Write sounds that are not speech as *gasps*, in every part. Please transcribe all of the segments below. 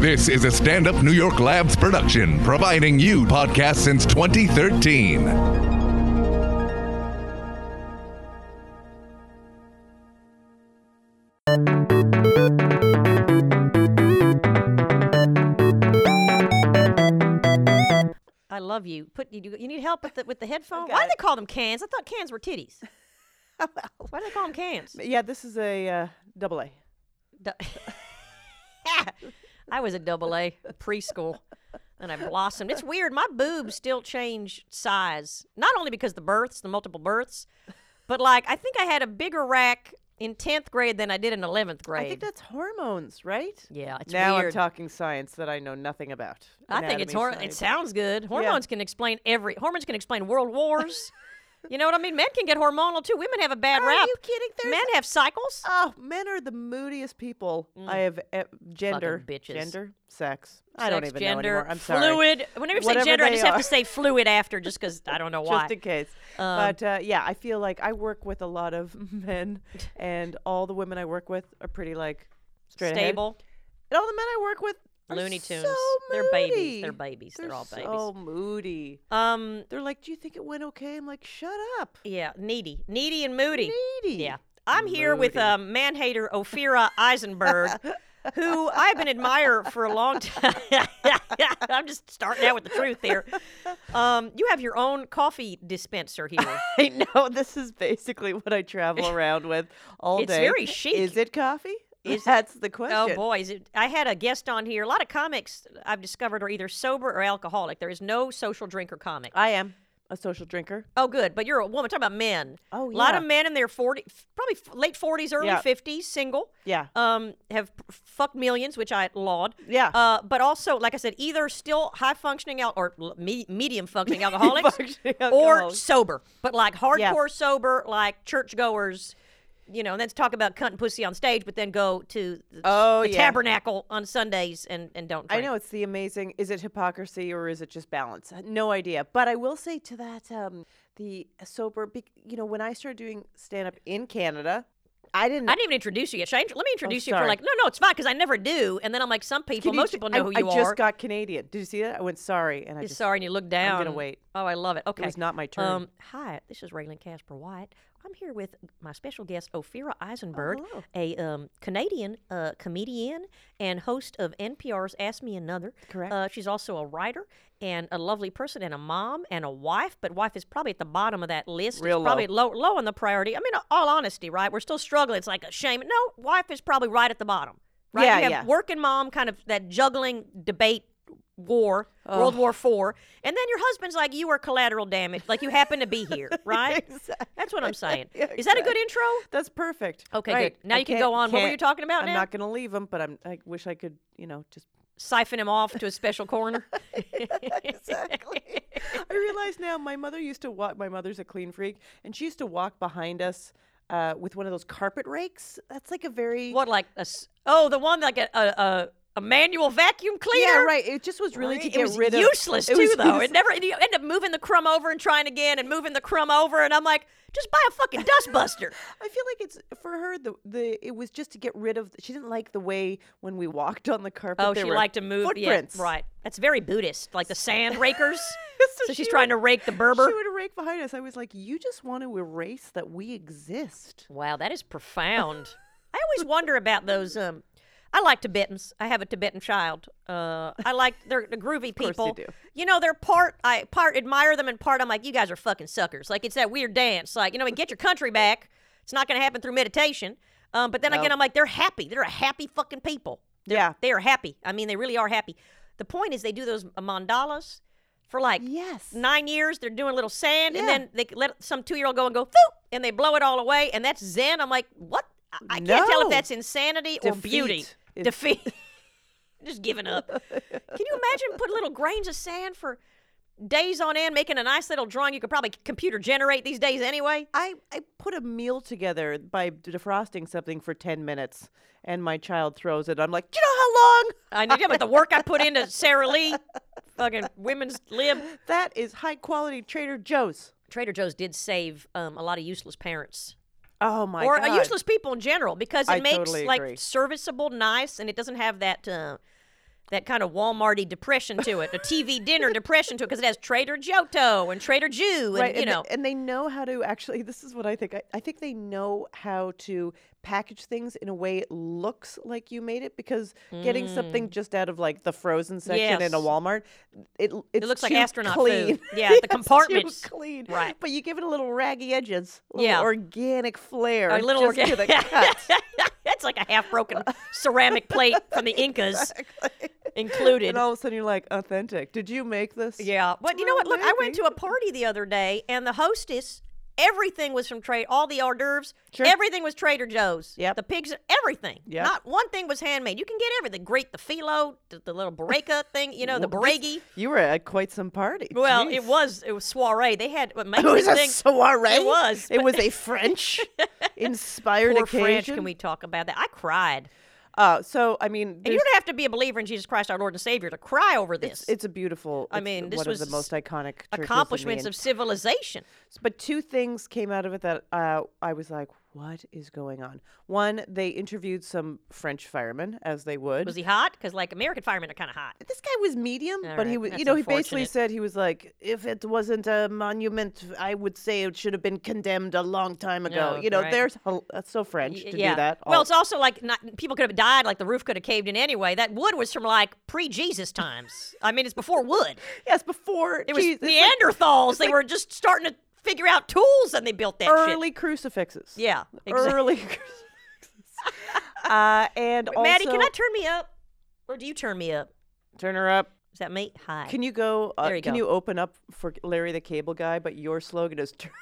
This is a stand up New York Labs production, providing you podcasts since 2013. I love you. Put you, you need help with the with the *laughs* headphone. Why got do they call them cans? I thought cans were titties. *laughs* Why do they call them *laughs* cans? But yeah, this is a uh, double A. Du- *laughs* I was a double A preschool, and I blossomed. It's weird. My boobs still change size, not only because the births, the multiple births, but like I think I had a bigger rack in tenth grade than I did in eleventh grade. I think that's hormones, right? yeah, it's now weird. I'm talking science that I know nothing about. I think it's Anatomy hor- it science. sounds good. Hormones can explain every hormones can explain world *laughs* wars. you know what I mean? Men can get hormonal too. Women have a bad Are rap. you kidding? There's- Men have cycles. Oh, men are the moodiest people I have. E- gender, Mm. bitches. gender, sex. I don't Sex, even know gender, anymore. I'm sorry. Fluid. Whenever you say Whatever gender, I they just have are. to say fluid after, just because I don't know why. Um, *laughs* Just in case. but uh, yeah, I feel like I work with a lot of *laughs* men, and all the women I work with are pretty like straight ahead. Stable. And all the men I work with are Looney Tunes. So They're babies. moody. They're babies. They're all babies. So moody. Um. They're like, "Do you think it went okay?" I'm like, "Shut up." Yeah. Needy. Needy and moody. Needy. Yeah. I'm here with um, man hater Ophira Eisenberg, who I've been admirer for a long time. *laughs* I'm just starting out with the truth here. Um, you have your own coffee dispenser here. *laughs* I know this is basically what I *laughs* travel around with all It's day. very chic. Is it coffee? Is- *laughs* *laughs* That's the question. Oh boy, is it, I had a guest on here. A lot of comics I've discovered are either sober or alcoholic. There is no social drinker comic. I am a social drinker. Oh, good, but you're a woman. Talk about men. a Oh, lot of yeah. men in their forty, f- probably f- late forties, early Yeah. fifties, single. Yeah. Um, have p- fucked millions, which I laud. Yeah. Uh, but also, like I said, either still high functioning al- or l- me- medium *laughs* functioning alcoholics, Functioning or alcoholic. sober, but like hardcore Yeah. sober, like churchgoers. You know, and then talk about cunt and pussy on stage, but then go to the, Oh, the yeah. tabernacle on Sundays and and don't. I Drink. know it's the amazing. Is it hypocrisy or is it just balance? Uh, No idea. But I will say to that, um, the sober. bec- You know, when I started doing stand up in Canada, I didn't. Oh, I didn't even introduce you yet. Should I int- let me introduce you for sorry. like, no, no, it's fine because I never do. And then I'm like, some people, Did you most ju- people know I, who you I are. just got Canadian. Did you see that? I went sorry, and I You're just sorry, and you look down. gonna wait. Oh, I love it. Okay, Um, was not my turn. hi, this is Raylan Casper White. I'm here with my special guest, Ophira Eisenberg, Oh, a um, Canadian uh, comedian and host of NPR's Ask Me Another. Correct. Uh, she's also a writer and a lovely person, and a mom and a wife. But wife is probably at the bottom of that list. Real it's probably low. low, on the priority. I mean, uh, all honesty, right? We're still struggling. It's like a shame. No, wife is probably right at the bottom. Right? Yeah, you have yeah. work and mom kind of that juggling debate war, World War Four, and then your husband's like, "You are collateral damage. Like you happen to be *laughs* here, right?" That's what I'm saying. Yeah, Is that a good exactly. intro? That's perfect. Okay, Right. good. Now I you can can't- go on. What were you can't- talking about I'm now? not going to leave him, but I'm. I wish I could. You know, just Siphon him off to a special corner. *laughs* exactly. I realize now my mother used to walk. My mother's a clean freak, and she used to walk behind us uh, with one of those carpet rakes. That's like a *laughs* very what like a s- oh the one like a a, a, a manual vacuum cleaner. yeah, right. It just was really to Right? get it was rid of useless it too, was though. It useless. never. You end up moving the crumb over and trying again, and moving the crumb over, and I'm like, just buy a fucking dustbuster. I feel like it's for her. The the it was just to get rid of. She didn't like the way when we walked on the carpet. Oh, there she were liked to move. footprints. Yeah, right. That's very Buddhist, like the sand *laughs* rakers. so, So she's she trying to rake the Berber. She would rake behind us. I was like, you just want to erase that we exist. Wow, that is profound. *laughs* I always wonder about those. Um, I like Tibetans. I have a Tibetan child. Uh, I like they're, they're *laughs* groovy people. course you do. You know, they're part I part admire them, and part I'm like, you guys are fucking suckers. Like it's that weird dance. Like you know, and get your country back. It's not going to happen through meditation. Um, but then again, I'm like, they're happy. They're a happy fucking people. yeah. They are happy. I mean, they really are happy. The point is, they do those mandalas for like Yes. nine years. They're doing a little sand, and Yeah. then they let some two year old go and go, Phew, and they blow it all away, and that's Zen. I'm like, what? I, I can't tell if No. that's insanity or beauty. Defeat is- Defeat. *laughs* Just giving up. Can you imagine putting little grains of sand for days on end, making a nice little drawing? You could probably computer generate these days anyway. I, I put a meal together by defrosting something for 10 minutes and my child throws it. I'm like, do you know how long? I know, yeah, but the work I put into Sarah Lee, fucking women's lib. That is high quality Trader Joe's. Trader Joe's did save um, a lot of useless parents Oh my or uh, God. useless people in general because it I makes totally like agree. serviceable nice and it doesn't have that uh, that kind of Walmarty depression to it, a TV dinner depression to it, because it has Trader Joto and Trader Jew, and right, you and, they- know, and they know how to actually. This is what I think. I, I think they know how to package things in a way it looks like you made it because getting something just out of like the frozen section in a Mm. Yes. Walmart, it it looks like too astronaut clean. food. *laughs* Yeah, the *laughs* It's too compartments. clean, Right. But you give it a little raggy edges, a little Yeah. organic flair, A little just to *laughs* organic. the cut. That's like a half broken ceramic plate from the *laughs* Incas included. and all of a sudden you're like authentic. Did you make this? Yeah, but you know Well, what? Look, I went to maybe. a party the other day, and the hostess, everything was from Trader. All the hors d'oeuvres, Sure. everything was Trader Joe's. Yep. the pigs, everything. Yep. not one thing was handmade. You can get everything. Great, the phyllo, the, the little *laughs* boreka thing. You know, the Well, this- boregi. You were at quite some party. Well, Jeez. it was it was soiree. They *laughs* had amazing It was a things. soiree. It was, It was *laughs* a French inspired Poor occasion. French. Can we talk about that? I cried. Uh, so I mean, And you there's- don't have to be a believer in Jesus Christ, our Lord and Savior, to cry over this. it's a beautiful. I it's mean, this one was of the most iconic churches in the accomplishments of civilization. But two things came out of it that uh, I was like, "What is going on?" One, they interviewed some French firemen, as they would. Was he hot? Because like American firemen are kind of hot. this guy was medium, All but he right, was, you that's know, he basically unfortunate. said he was like, if it wasn't a monument, I would say it should have been condemned a long time ago. Oh, you know, right. there's hel- that's so French Y- to do that. Oh. Well, all- it's also like not, people could have died, like the roof could have caved in anyway. That wood was from like pre Jesus times. I mean, it's before wood. yes, before It was Jesus, it's like Neanderthals. they were just starting to figure out tools and they built that early shit. crucifixes. Yeah. Exactly. early *laughs* crucifixes. uh, and also, Maddie, can I turn me up? Or do you turn me up? turn her up? Is that me? Hi. Can you go? Uh, There you can go. you open up for Larry the Cable Guy? But your slogan *laughs* is turn,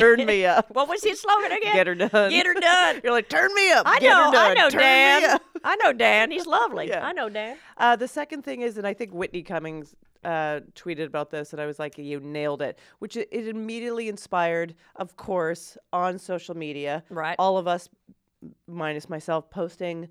turn me up. what was his slogan again? Get her done. Get her *laughs* done. You're like turn me up. I get her know, I done, know, turn me Dan. up." I know Dan. He's lovely. Yeah. I know Dan. Uh, the second thing is, and I think Whitney Cummings uh, tweeted about this, and I was like, "You nailed it," which it, it immediately inspired, of course, on social media. Right. All of us, minus myself, posting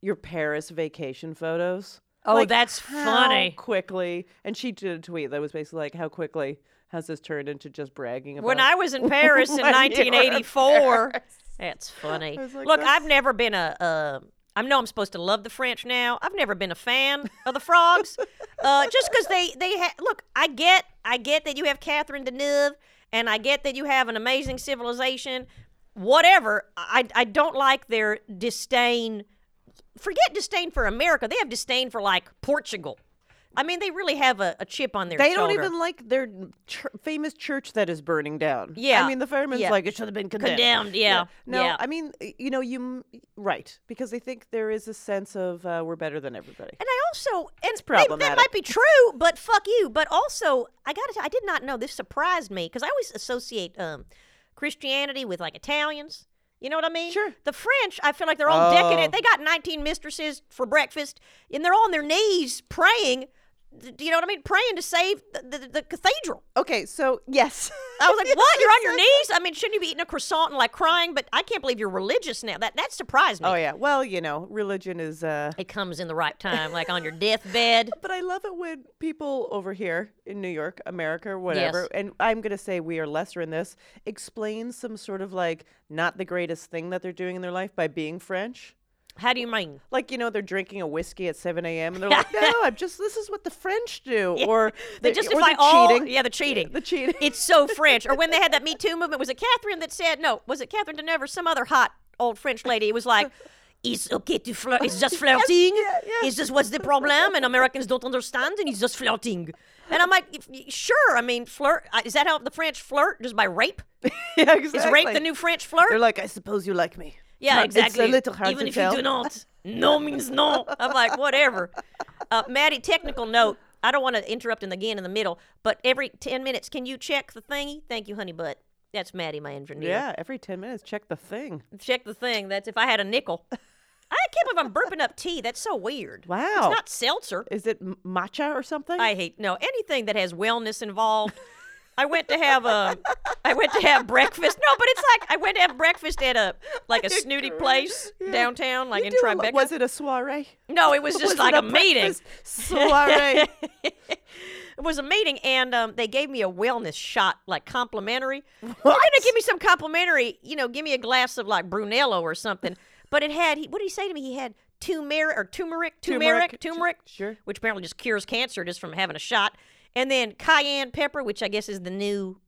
your Paris vacation photos. Oh, that's how funny. Quickly, and she did a tweet that was basically like, "How quickly has this turned into just bragging about?" When I was *laughs* in Paris in When you were in 1984, that's funny. was like, Look, that's- I've never been a. Uh, I know I'm supposed to love the French now. I've never been a fan of the *laughs* frogs, uh, just because they they ha- look. I get I get that you have Catherine Deneuve, and I get that you have an amazing civilization. Whatever, I I don't like their disdain. Forget disdain for America. They have disdain for like Portugal. I mean, they really have a, a chip on their They shoulder. don't even like their ch- famous church that is burning down. I Yeah. mean, the fireman's Yeah. like, it should have been condemned. Condemned, yeah, No, yeah. I mean, y- you know, you m- right because they think there is a sense of uh, we're better than everybody. And I also and may- problematic. that might be true, but fuck you. But also, I gotta. T- I did not know this surprised me because I always associate um, Christianity with like Italians. You know what I mean? Sure. The French, I feel like they're all decadent. Oh. They got 19 mistresses for breakfast, and they're all on their knees praying. th- You know what I mean? Praying to save the, the, the cathedral. Okay, so yes, *laughs* I was like, "What? You're on your knees? I mean, shouldn't you be eating a croissant and like crying?" But I can't believe you're religious now. That that surprised me. oh yeah, well, you know, religion is. Uh, It comes in the right time, like on your deathbed. but I love it when people over here in New York, America, whatever, and I'm going to say we are lesser in this, explain some sort of like not the greatest thing that they're doing in their life by being French. How do you mean? like you know they're drinking a whiskey at 7 a.m and they're *laughs* like no i'm just this is what the french do or They they're, or justify they're all. cheating *laughs* *laughs* Yeah, the cheating. the cheating It's *laughs* so French. Or when they had that Me Too movement, was it Catherine that said no? Was it Catherine Deneuve or some other hot old French lady? It was like. It's okay to flirt. It's *laughs* just flirting. yeah. It's just what's the problem? And Americans don't understand, and it's just flirting. And I'm like, if- y- sure. I mean, flirt. I- Is that how the French flirt? Just by rape? yeah, exactly. Is rape the new French flirt? they're like i suppose you like me Yeah, Not- exactly. it's a little hard Even to if tell you do *laughs* not, no means no. I'm like, whatever. Uh, Maddie, technical note. I don't want to interrupt him again in the middle, but every 10 minutes, can you check the thingy? Thank you, honey, but that's Maddie, my engineer. yeah every 10 minutes check the thing Check the thing. That's if I had a *laughs* nickel. I can't believe I'm burping up tea. That's so weird. Wow. It's not seltzer. is it m- matcha or something I hate no anything that has wellness involved. I went to have *laughs* um, I went to have breakfast. No, but it's like I went to have breakfast at a like a snooty place downtown, like in You do a lo- Tribeca. was it a soiree No, *laughs* it was just Was it like a, meeting. *laughs* breakfast soiree It was a meeting, and um, they gave me a wellness shot, like *laughs* complimentary. What? They're gonna give me some complimentary, you know, give me a glass of like Brunello or something. But it had, he, what did he say to me? He had turmeric or turmeric, Turmeric, turmeric, turmeric, sure. which apparently just cures cancer just from having a shot, and then cayenne pepper, which I guess is the new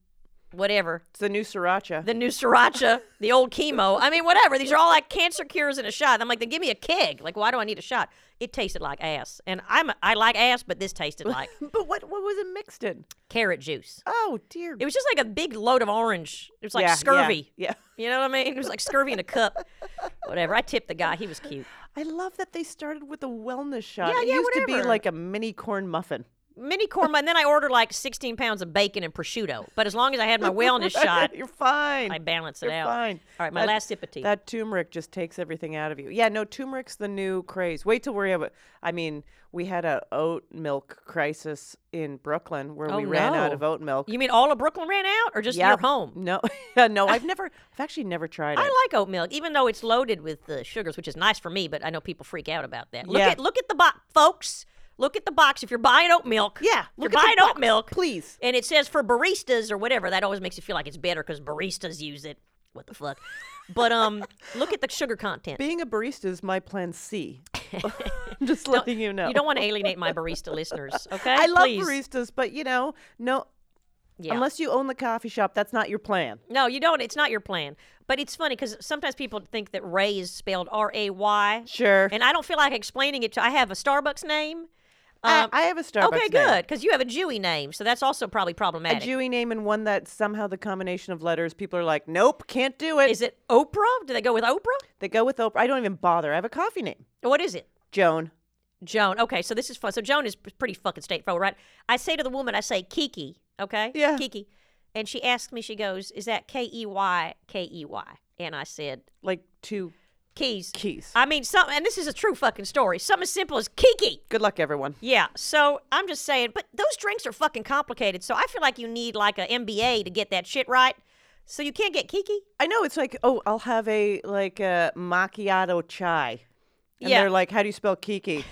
whatever, It's the new sriracha. the new sriracha, the old chemo. I mean, whatever. These are all like cancer cures in a shot. I'm like, then give me a keg. Like, why do I need a shot? It tasted like ass, and I'm a, I like ass, but this tasted *laughs* like but what what was it mixed in? carrot juice. Oh dear. It was just like a big load of orange. It was like Yeah, yeah, scurvy. Yeah, You know what I mean? It was like scurvy in a cup. Whatever. I tipped the guy. He was cute. I love that they started with a wellness shot. Yeah, it yeah, used to be whatever. like a mini corn muffin. Mini korma, and then I ordered like 16 pounds of bacon and prosciutto. But as long as I had my *laughs* wellness shot, You're fine. I balance it You're out. fine. All right, my That- last sip of tea. That turmeric just takes everything out of you. Yeah, no, turmeric's the new craze. Wait till we have a. I mean, we had a oat milk crisis in Brooklyn where Oh, we ran out no. of oat milk. you mean all of Brooklyn ran out, or just Yeah. your home? No, *laughs* yeah, *laughs* no, I've never. I've actually never tried it. I like oat milk, even though it's loaded with the sugars, which is nice for me. But I know people freak out about that. Look Yeah. at look at the box, folks. Look at the box. If you're buying oat milk, yeah, look look you're at buying the oat box, milk, please. and it says for baristas or whatever. That always makes you feel like it's better because baristas use it. What the fuck? But *laughs* um, look at the sugar content. Being a barista is my *laughs* plan C. *laughs* I'm just letting you know. You don't want to alienate my barista *laughs* listeners, okay? I love Please. baristas, but you know, no, Yeah. unless you own the coffee shop, that's not your plan. no, you don't. It's not your plan. But it's funny because sometimes people think that Ray is spelled R A Y, Sure. and I don't feel like explaining it to. I have a Starbucks name. I, Um, I have a Starbucks. okay, name. good, because you have a Jewy name, so that's also probably A problematic. Jewy name and one that somehow the combination of letters, people are like, nope, can't do it. is it Oprah? Do they go with Oprah? They go with Oprah. I don't even bother. I have a coffee name, What is it? Joan. Joan. Okay, so this is fun. So Joan is p- pretty fucking straightforward, right? I say to the woman, I say Kiki, okay? Yeah. Kiki. And she asked me, she goes, is that K E Y K E Y? And I said, Like two Keys. keys. I mean, some, and this is a true fucking story. Something as simple as Kiki. good luck, everyone. Yeah. So I'm just saying, but those drinks are fucking complicated. So I feel like you need like a MBA to get that shit right. So you can't get Kiki. I know it's like, oh, I'll have a like a macchiato chai. And Yeah. they're like, how do you spell *laughs* Kiki?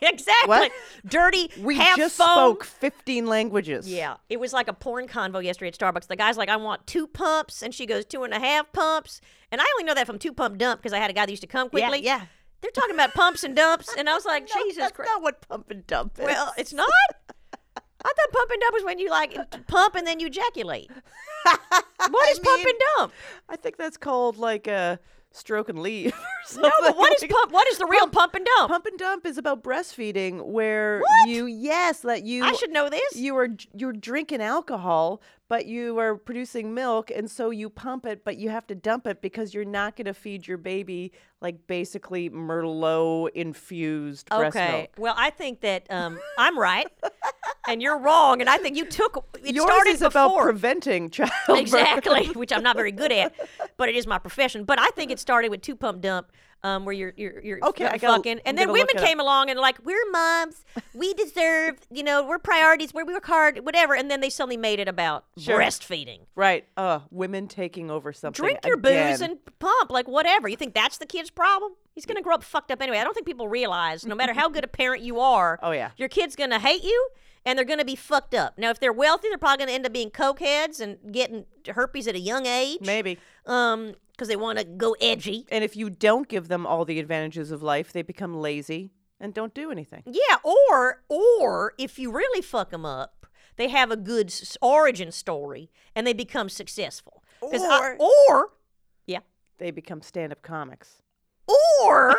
exactly. What? Dirty. We half just foam. spoke 15 languages. Yeah, it was like a porn convo yesterday at Starbucks. The guy's like, "I want two pumps," and she goes, two and a half pumps." And I only know that from two pump dump because I had a guy that used to come Yeah, quickly. yeah. They're talking about pumps and dumps, and I was like, *laughs* No, "Jesus that's Christ!" not what pump and dump is. Well, it's not. I thought pump and dump was when you like pump and then you *laughs* ejaculate. What is pump and dump? I think that's called like a stroke and leave *laughs* or No, something. but what is like- pump? What is the real Pump- pump and dump? Pump and dump is about breastfeeding, where What? you yes, that you I should know this. you are j- you're drinking alcohol, but you are producing milk, and so you pump it, but you have to dump it because you're not going to feed your baby like basically Merlot infused breast Okay. milk. Well, I think that um, I'm right, and you're wrong, and I think you took it Yours started is before. about *laughs* preventing childbirth. exactly, which I'm not very good at, but it is my profession. But I think it started with two pump dump, um, where you're you're, you're Okay, I fucking, gotta- fucking, I'm and then gonna look women it up. came along and like we're moms, we deserve, you know, we're priorities, we work hard, whatever, and then they suddenly made it about breastfeeding. Right. Uh, women taking over something. Drink your booze again. and pump, like whatever. You think that's the kid's problem? He's gonna grow up fucked up anyway. I don't think people realize, no matter how good a parent you are, *laughs* Oh, yeah. your kid's gonna hate you and they're gonna be fucked up. Now, if they're wealthy, they're probably gonna end up being cokeheads and getting herpes at a young age. maybe. um because they want to go edgy And if you don't give them all the advantages of life, they become lazy and don't do anything. yeah or or if you really fuck them up they have a good s- origin story and they become successful 'Cause I- or yeah They become stand up comics. *laughs* or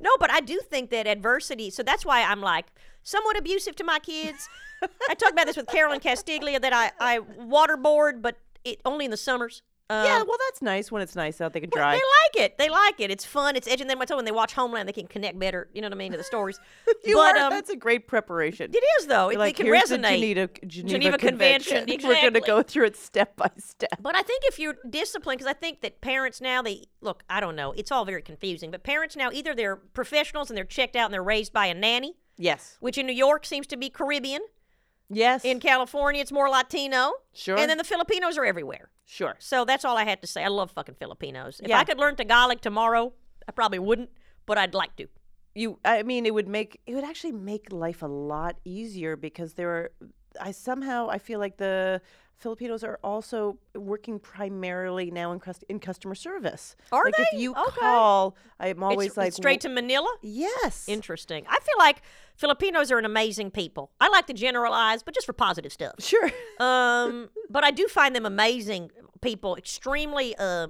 no but i do think that adversity so that's why i'm like somewhat abusive to my kids i talked about this with carolyn castiglia that i i waterboard but it only in the summers um, yeah, well, that's nice when it's nice out. They can dry. They like it. They like it. It's fun. It's edgy. And then when- so when they watch Homeland, they can connect better. You know what I mean to the stories. *laughs* you but are, um, that's a great preparation. it is though. It, You're like, they can here's resonate. The Geneva, Geneva, Geneva Convention, *laughs* We're going exactly. to go through it step by step. But I think if you're disciplined, because I think that parents now they look. I don't know. It's all very confusing. But parents now either they're professionals and they're checked out and they're raised by a nanny, Yes. which in New York seems to be Caribbean. Yes. In California, it's more Latino. Sure. And then the Filipinos are everywhere. sure. So that's all I had to say. I love fucking Filipinos. If Yeah. I could learn Tagalog tomorrow, I probably wouldn't, but I'd like to. you i mean it would make it would actually make life a lot easier because there are i somehow i feel like the Filipinos are also working primarily now in, cust- in customer service. Are like they? If you Okay. call, I'm always it's, like it's straight to "Wh- Manila. Yes. Interesting. I feel like Filipinos are an amazing people. I like to generalize, but just for positive stuff. *laughs* sure. Um, but I do find them amazing people, extremely uh,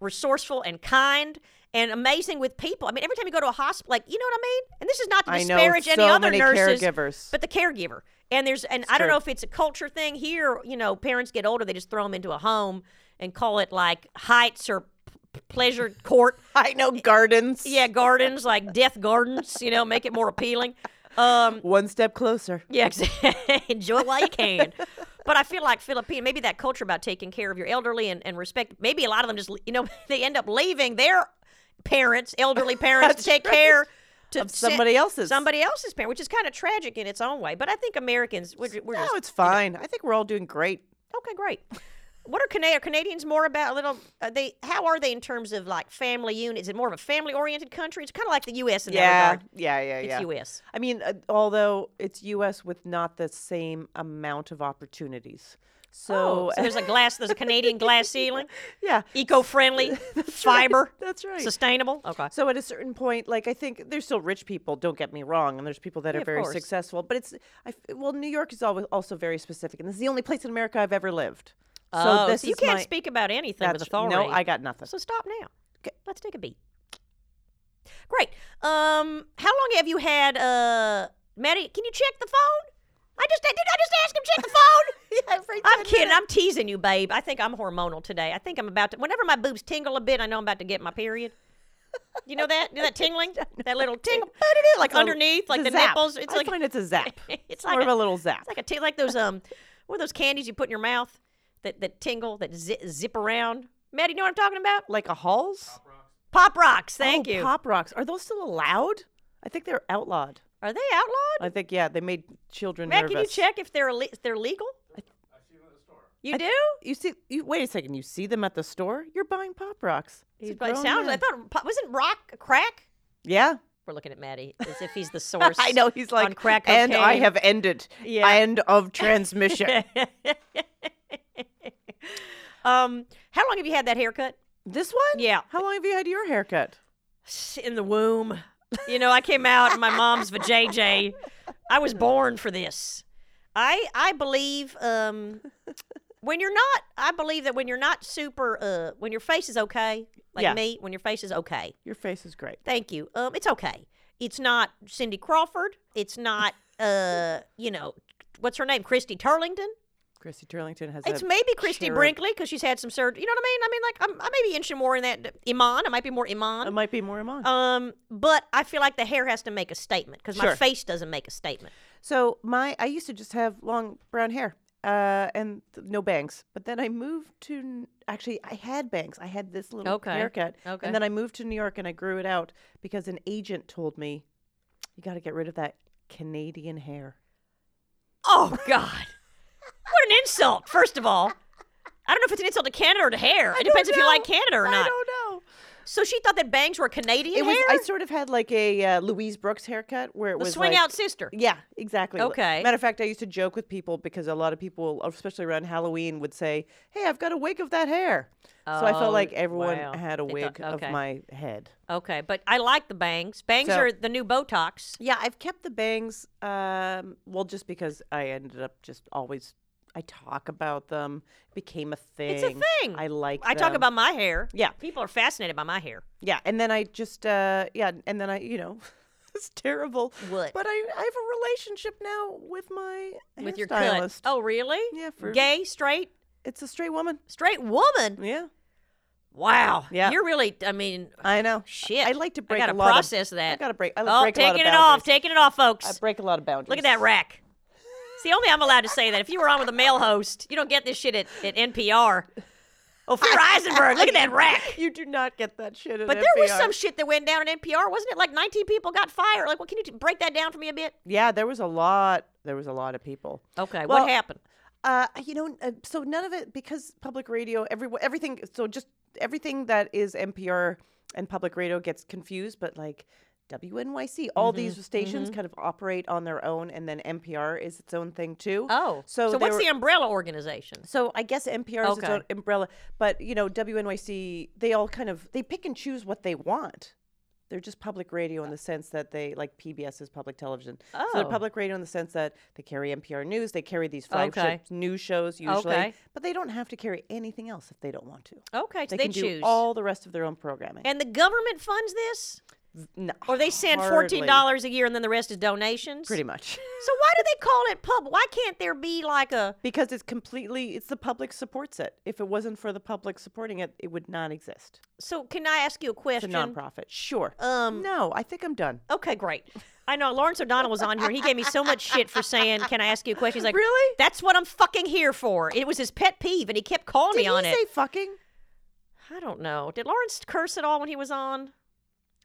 resourceful and kind, and amazing with people. I mean, every time you go to a hospital, like you know what I mean. And this is not to I know disparage any so other many nurses, caregivers. but the caregiver. And there's, and I don't true. know if it's a culture thing here. You know, parents get older, they just throw them into a home and call it like Heights or P- Pleasure Court. I know gardens. Yeah, gardens like death gardens. You know, make it more appealing. Um, One step closer. yeah, *laughs* exa- enjoy while you can. but I feel like Philippine, maybe that culture about taking care of your elderly and, and respect, maybe a lot of them just, you know, *laughs* they end up leaving their parents, *laughs* elderly parents, to take care to Of send- somebody else's. somebody else's parent, which is kind of tragic in its own way. But I think Americans, we're, we're No, just, it's fine. I think we're all doing great. okay, great. What are, Cana- are Canadians more about? A little, are they how are they in terms of like family unit? Is it more of a family oriented country? It's kind of like the U.S. in that regard. Yeah, yeah, It's yeah. U.S. I mean, uh, although it's U.S. with not the same amount of opportunities. So, eh, Oh, so there's a glass, there's a Canadian glass ceiling. *laughs* yeah, eco-friendly, fiber, *laughs* that's right. sustainable. Okay. So at a certain point, like I think there's still rich people. Don't get me wrong, and there's people that Yeah, are of very course. successful. But it's I f well, New York is always also very specific, and this is the only place in America I've ever lived. So oh, this so you is can't my- speak about anything with that's- authority. No, I got nothing. So stop now. Okay, let's take a beat. Great. Um, how long have you had? Uh, Maddie, can you check the phone? I just did. I just ask him check the phone. *laughs* Yeah, every I'm 10 kidding. I'm teasing you, babe. I think I'm hormonal today. I think I'm about to. Whenever my boobs tingle a bit, I know I'm about to get my period. You know that? You know that *laughs* tingling? That little tingle, like It's a- underneath, like it's the a zap. nipples. It's I like find it's a zap. *laughs* it's like more of a little zap. It's like a t- like those um, what are those candies you put in your mouth that that tingle that zip, zip around? Maddie, you know what I'm talking about? like a Halls. Pop rocks. Thank Oh, you. Pop rocks. Are those still allowed? I think they're outlawed. Are they outlawed? I think yeah, they made children Matt, nervous. can you check if they're alle- if they're legal? You do? You see, you wait a second. You see them at the store. You're buying Pop Rocks. He's It sounds. I thought pop- wasn't rock crack. Yeah. We're looking at Maddie as if *laughs* he's the source. I know he's like on crack and I cocaine." have ended. Yeah. End *laughs* of transmission. *laughs* Um, how long have you had that haircut? this one? Yeah. How long have you had your haircut? in the womb. You know, I came out in my mom's vajayjay. I was born for this. I I believe um, when you're not, I believe that when you're not super, uh, when your face is okay, like Yes. me, when your face is okay, Your face is great. thank you. Um, it's okay. It's not Cindy Crawford. It's not, uh, you know, what's her name, Christy Turlington. Christy Turlington has It's a maybe Christy cherub. Brinkley because she's had some surgery. You know what I mean? I mean, like I'm, I may be inching more in that uh, Iman. I might be more Iman. It might be more Iman. Um, but I feel like the hair has to make a statement because my Sure. face doesn't make a statement. so my I used to just have long brown hair. Uh, and th- no bangs. But then I moved to n- actually I had bangs. I had this little Okay. haircut. Okay. And then I moved to New York and I grew it out because an agent told me you got to get rid of that Canadian hair. Oh God, what an insult! First of all, I don't know if it's an insult to Canada or to hair. It depends if you know. like Canada or not. I don't know. So she thought that bangs were Canadian It was. hair. I sort of had like a uh, Louise Brooks haircut where it the was swing like- out sister. Yeah, exactly. L- Okay. Matter of fact, I used to joke with people because a lot of people, especially around Halloween, would say, "Hey, I've got a wig of that hair." so I Oh, felt like everyone wow. had a They wig thought- okay. of my head. Okay, but I like the bangs. Bangs So- are the new Botox. Yeah, I've kept the bangs. Um, well, just because I ended up just always, I talk about them. Became a thing. It's a thing. I like. I talk them. about my hair. Yeah. people are fascinated by my hair. Yeah, and then I just uh yeah, and then I you know, *laughs* it's terrible. What? But I I have a relationship now with my With your cut. hairstylist. Oh, really? Yeah, for- gay, straight, It's a straight woman. straight woman. Yeah, Wow. Yeah. You're really. I mean, I know. Shit. I like to break I gotta a lot. process of, that. I gotta break. I oh, break a lot taking of it off, boundaries. taking it off, folks. I break a lot of boundaries. Look at that rack. See, only I'm allowed to say that. If you were on with a male host, you don't get this shit at, at NPR. Oh, for *laughs* Eisenberg, look at that rack. *laughs* You do not get that shit. At But there was NPR. some shit that went down at NPR, wasn't it? Like 19 people got fired. Like, well, can you t- break that down for me a bit? Yeah, there was a lot. There was a lot of people. Okay, Well, what happened? Uh, you know, uh, so none of it because public radio, every everything. So just everything that is NPR and public radio gets confused. But like WNYC. All Mm-hmm, these stations kind of operate on their own, and then NPR is its own thing too. Oh, so, so, they what's were- the umbrella organization? So I guess NPR is its Okay. own umbrella, but you know WNYC. They all kind of they pick and choose what they want. They're just public radio in the sense that they like PBS is public television. So they're Oh. public radio in the sense that they carry NPR news, they carry these flagship Okay. news shows usually, Okay. but they don't have to carry anything else if they don't want to. Okay, so They, they, can choose. do all the rest of their own programming. and the government funds this, No, or they send hardly, fourteen dollars a year, and then the rest is donations. Pretty much. *laughs* So why do they call it public? Why can't there be like a because it's completely it's the public supports it. If it wasn't for the public supporting it, it would not exist. So can I ask you a It's a question? nonprofit. Sure. Um, no, I think I'm done. Okay, great. I know Lawrence O'Donnell was on here and he gave me so much shit for saying, "Can I ask you a question?" He's like, Really? That's what I'm fucking here for." It was his pet peeve, and he kept calling Did me he on say it. fucking? I don't know. Did Lawrence curse at all when he was on?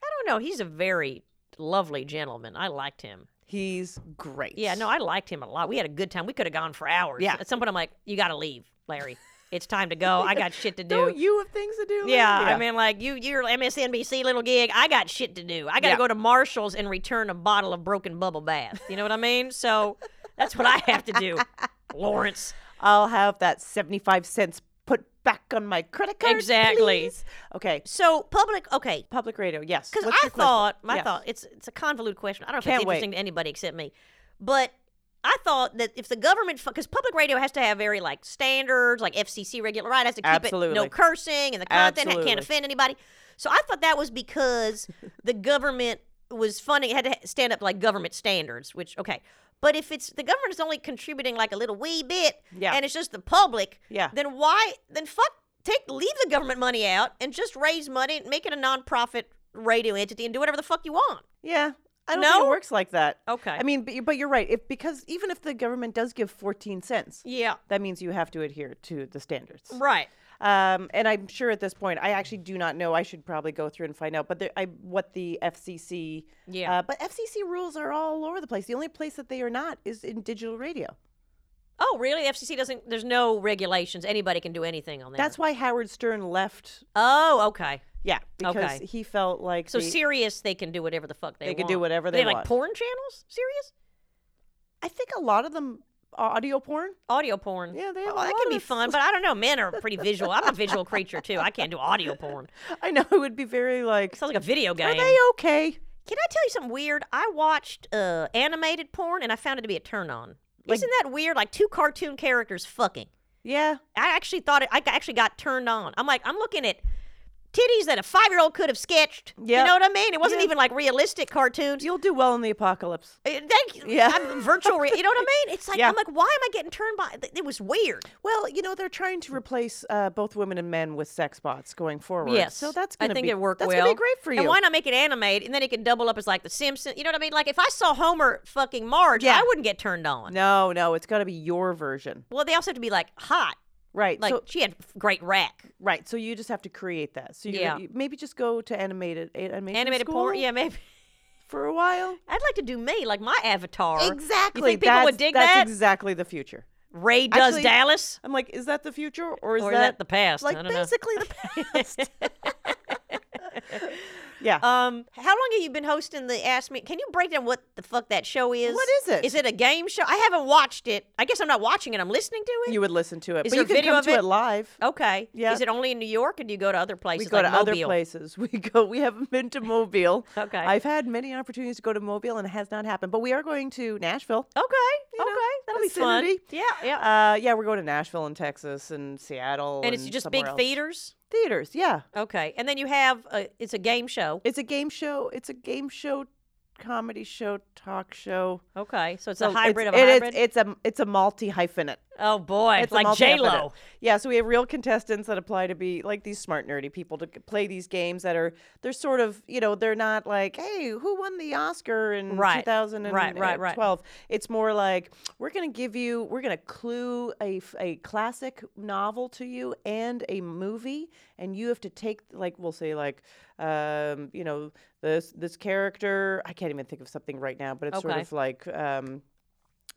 I don't know. He's a very lovely gentleman. I liked him. He's great. Yeah, no, I liked him a lot. We had a good time. We could have gone for hours. Yeah. At some point, I'm like, "You got to leave, Larry. It's time to go. I got shit to do." *laughs* Don't you have things to do? Yeah, Linda? I mean, like you, your MSNBC little gig. I got shit to do. I got to Yeah. go to Marshalls and return a bottle of broken bubble bath. You know what I mean? So that's what I have to do, Lawrence. I'll have that seventy-five cents put back on my credit card. Exactly. please. Okay. So public, okay, Public radio. Yes. because What's I your question? thought my Yes. thought it's it's a convoluted question. I don't know if Can't it's wait. interesting to anybody except me, but. I thought that if the government, because public radio has to have very like standards, like FCC regular right, has to keep it no Absolutely. cursing and the content ha- can't Absolutely. offend anybody. So I thought that was *laughs* because the government was funding had to ha- stand up like government standards, which okay. But if it's the government is only contributing like a little wee bit, Yeah. and it's just the public, Yeah. then why then fuck take leave the government money out and just raise money and make it a nonprofit radio entity and do whatever the fuck you want. Yeah. I don't think No? it works like that. Okay. I mean, but, you- but you're right. If because even if the government does give fourteen cents, Yeah. that means you have to adhere to the standards. Right. Um, and I'm sure at this point, I actually do not know. I should probably go through and find out. But there, I, what the FCC, Yeah. Uh, but FCC rules are all over the place. The only place that they are not is in digital radio. Oh, really? The FCC doesn't. There's no regulations. Anybody can do anything on that. That's why Howard Stern left. Oh, okay. Yeah, because Okay. he felt like So the- Sirius, they can do whatever the fuck they, They want. can do whatever they they like want. porn channels. Sirius I think a lot of them are audio porn. audio porn. Yeah, they have oh, a that lot could be *laughs* of- fun, but I don't know. Men are pretty visual. I'm a visual creature too. I can't do audio porn. *laughs* I know it would be very like. Sounds like a video game. Are they okay? Can I tell you something weird? I watched uh, animated porn and I found it to be a turn on. Like- Isn't that weird? Like two cartoon characters fucking. Yeah. I actually thought it, I actually got turned on. I'm like, I'm looking at titties that a five year old could have sketched. Yeah. You know what I mean? It wasn't Yeah. even like realistic cartoons. You'll do well in the apocalypse. Uh, Thank you. Yeah. I'm virtual. Re- you know what I mean? It's like Yeah. I'm like, why am I getting turned by? th- It was weird. Well, you know they're trying to replace uh, both women and men with sex bots going forward. Yes. so that's I gonna think be, it worked that's well. gonna be great for you. And why not make it animated, and then it can double up as like The Simpsons. You know what I mean? Like if I saw Homer fucking Marge, Yeah. I wouldn't get turned on. No, no, it's got to be your version, Well, they also have to be like hot. right? Like so, she had f- great rack. right. So you just have to create that. So you Yeah. you- maybe just go to animated animation Animated school porn. Yeah, maybe. *laughs* for a while. I'd like to do me, like my avatar. You Exactly. think people would That's- dig that's that? exactly the future. Ray does Actually, Dallas. I'm like, is that the future or is Or is that, that the past? Like I don't know. basically the past. *laughs* *laughs* yeah. Um, how long have you been hosting the Ask Me? Can you break down what the fuck that show is? What is it? Is it a game show? I haven't watched it. I guess I'm not watching it. I'm listening to it. you would listen to it, Is but there you can video come of to it? it live. okay. Yeah. Is it only in New York, or do you go to other places? We go like to other Mobile? places. We go. We haven't been to Mobile. *laughs* Okay. I've had many opportunities to go to Mobile, and it has not happened. But we are going to Nashville. Okay. You okay. know, That'll be vicinity. fun. Yeah. Yeah. Uh, yeah, we're going to Nashville and Texas and Seattle. and it's just big somewhere else. theaters. theaters. Yeah, Okay. And then you have a, it's a game show. it's a game show. It's a game show, comedy show, talk show. Okay. So it's So a hybrid it's, of a it is- hybrid. it's a it's a multi hyphenate. oh boy, It's a like J multi-hyphenate. Lo. Yeah, so we have real contestants that apply to be like these smart nerdy people to c- play these games that are they're sort of you know they're not like hey who won the Oscar in Right. 2012. Right, right, right. It's more like we're gonna give you we're gonna clue a f- a classic novel to you and a movie and you have to take like we'll say like um, you know this this character I can't even think of something right now but it's sort Okay. of like. Um,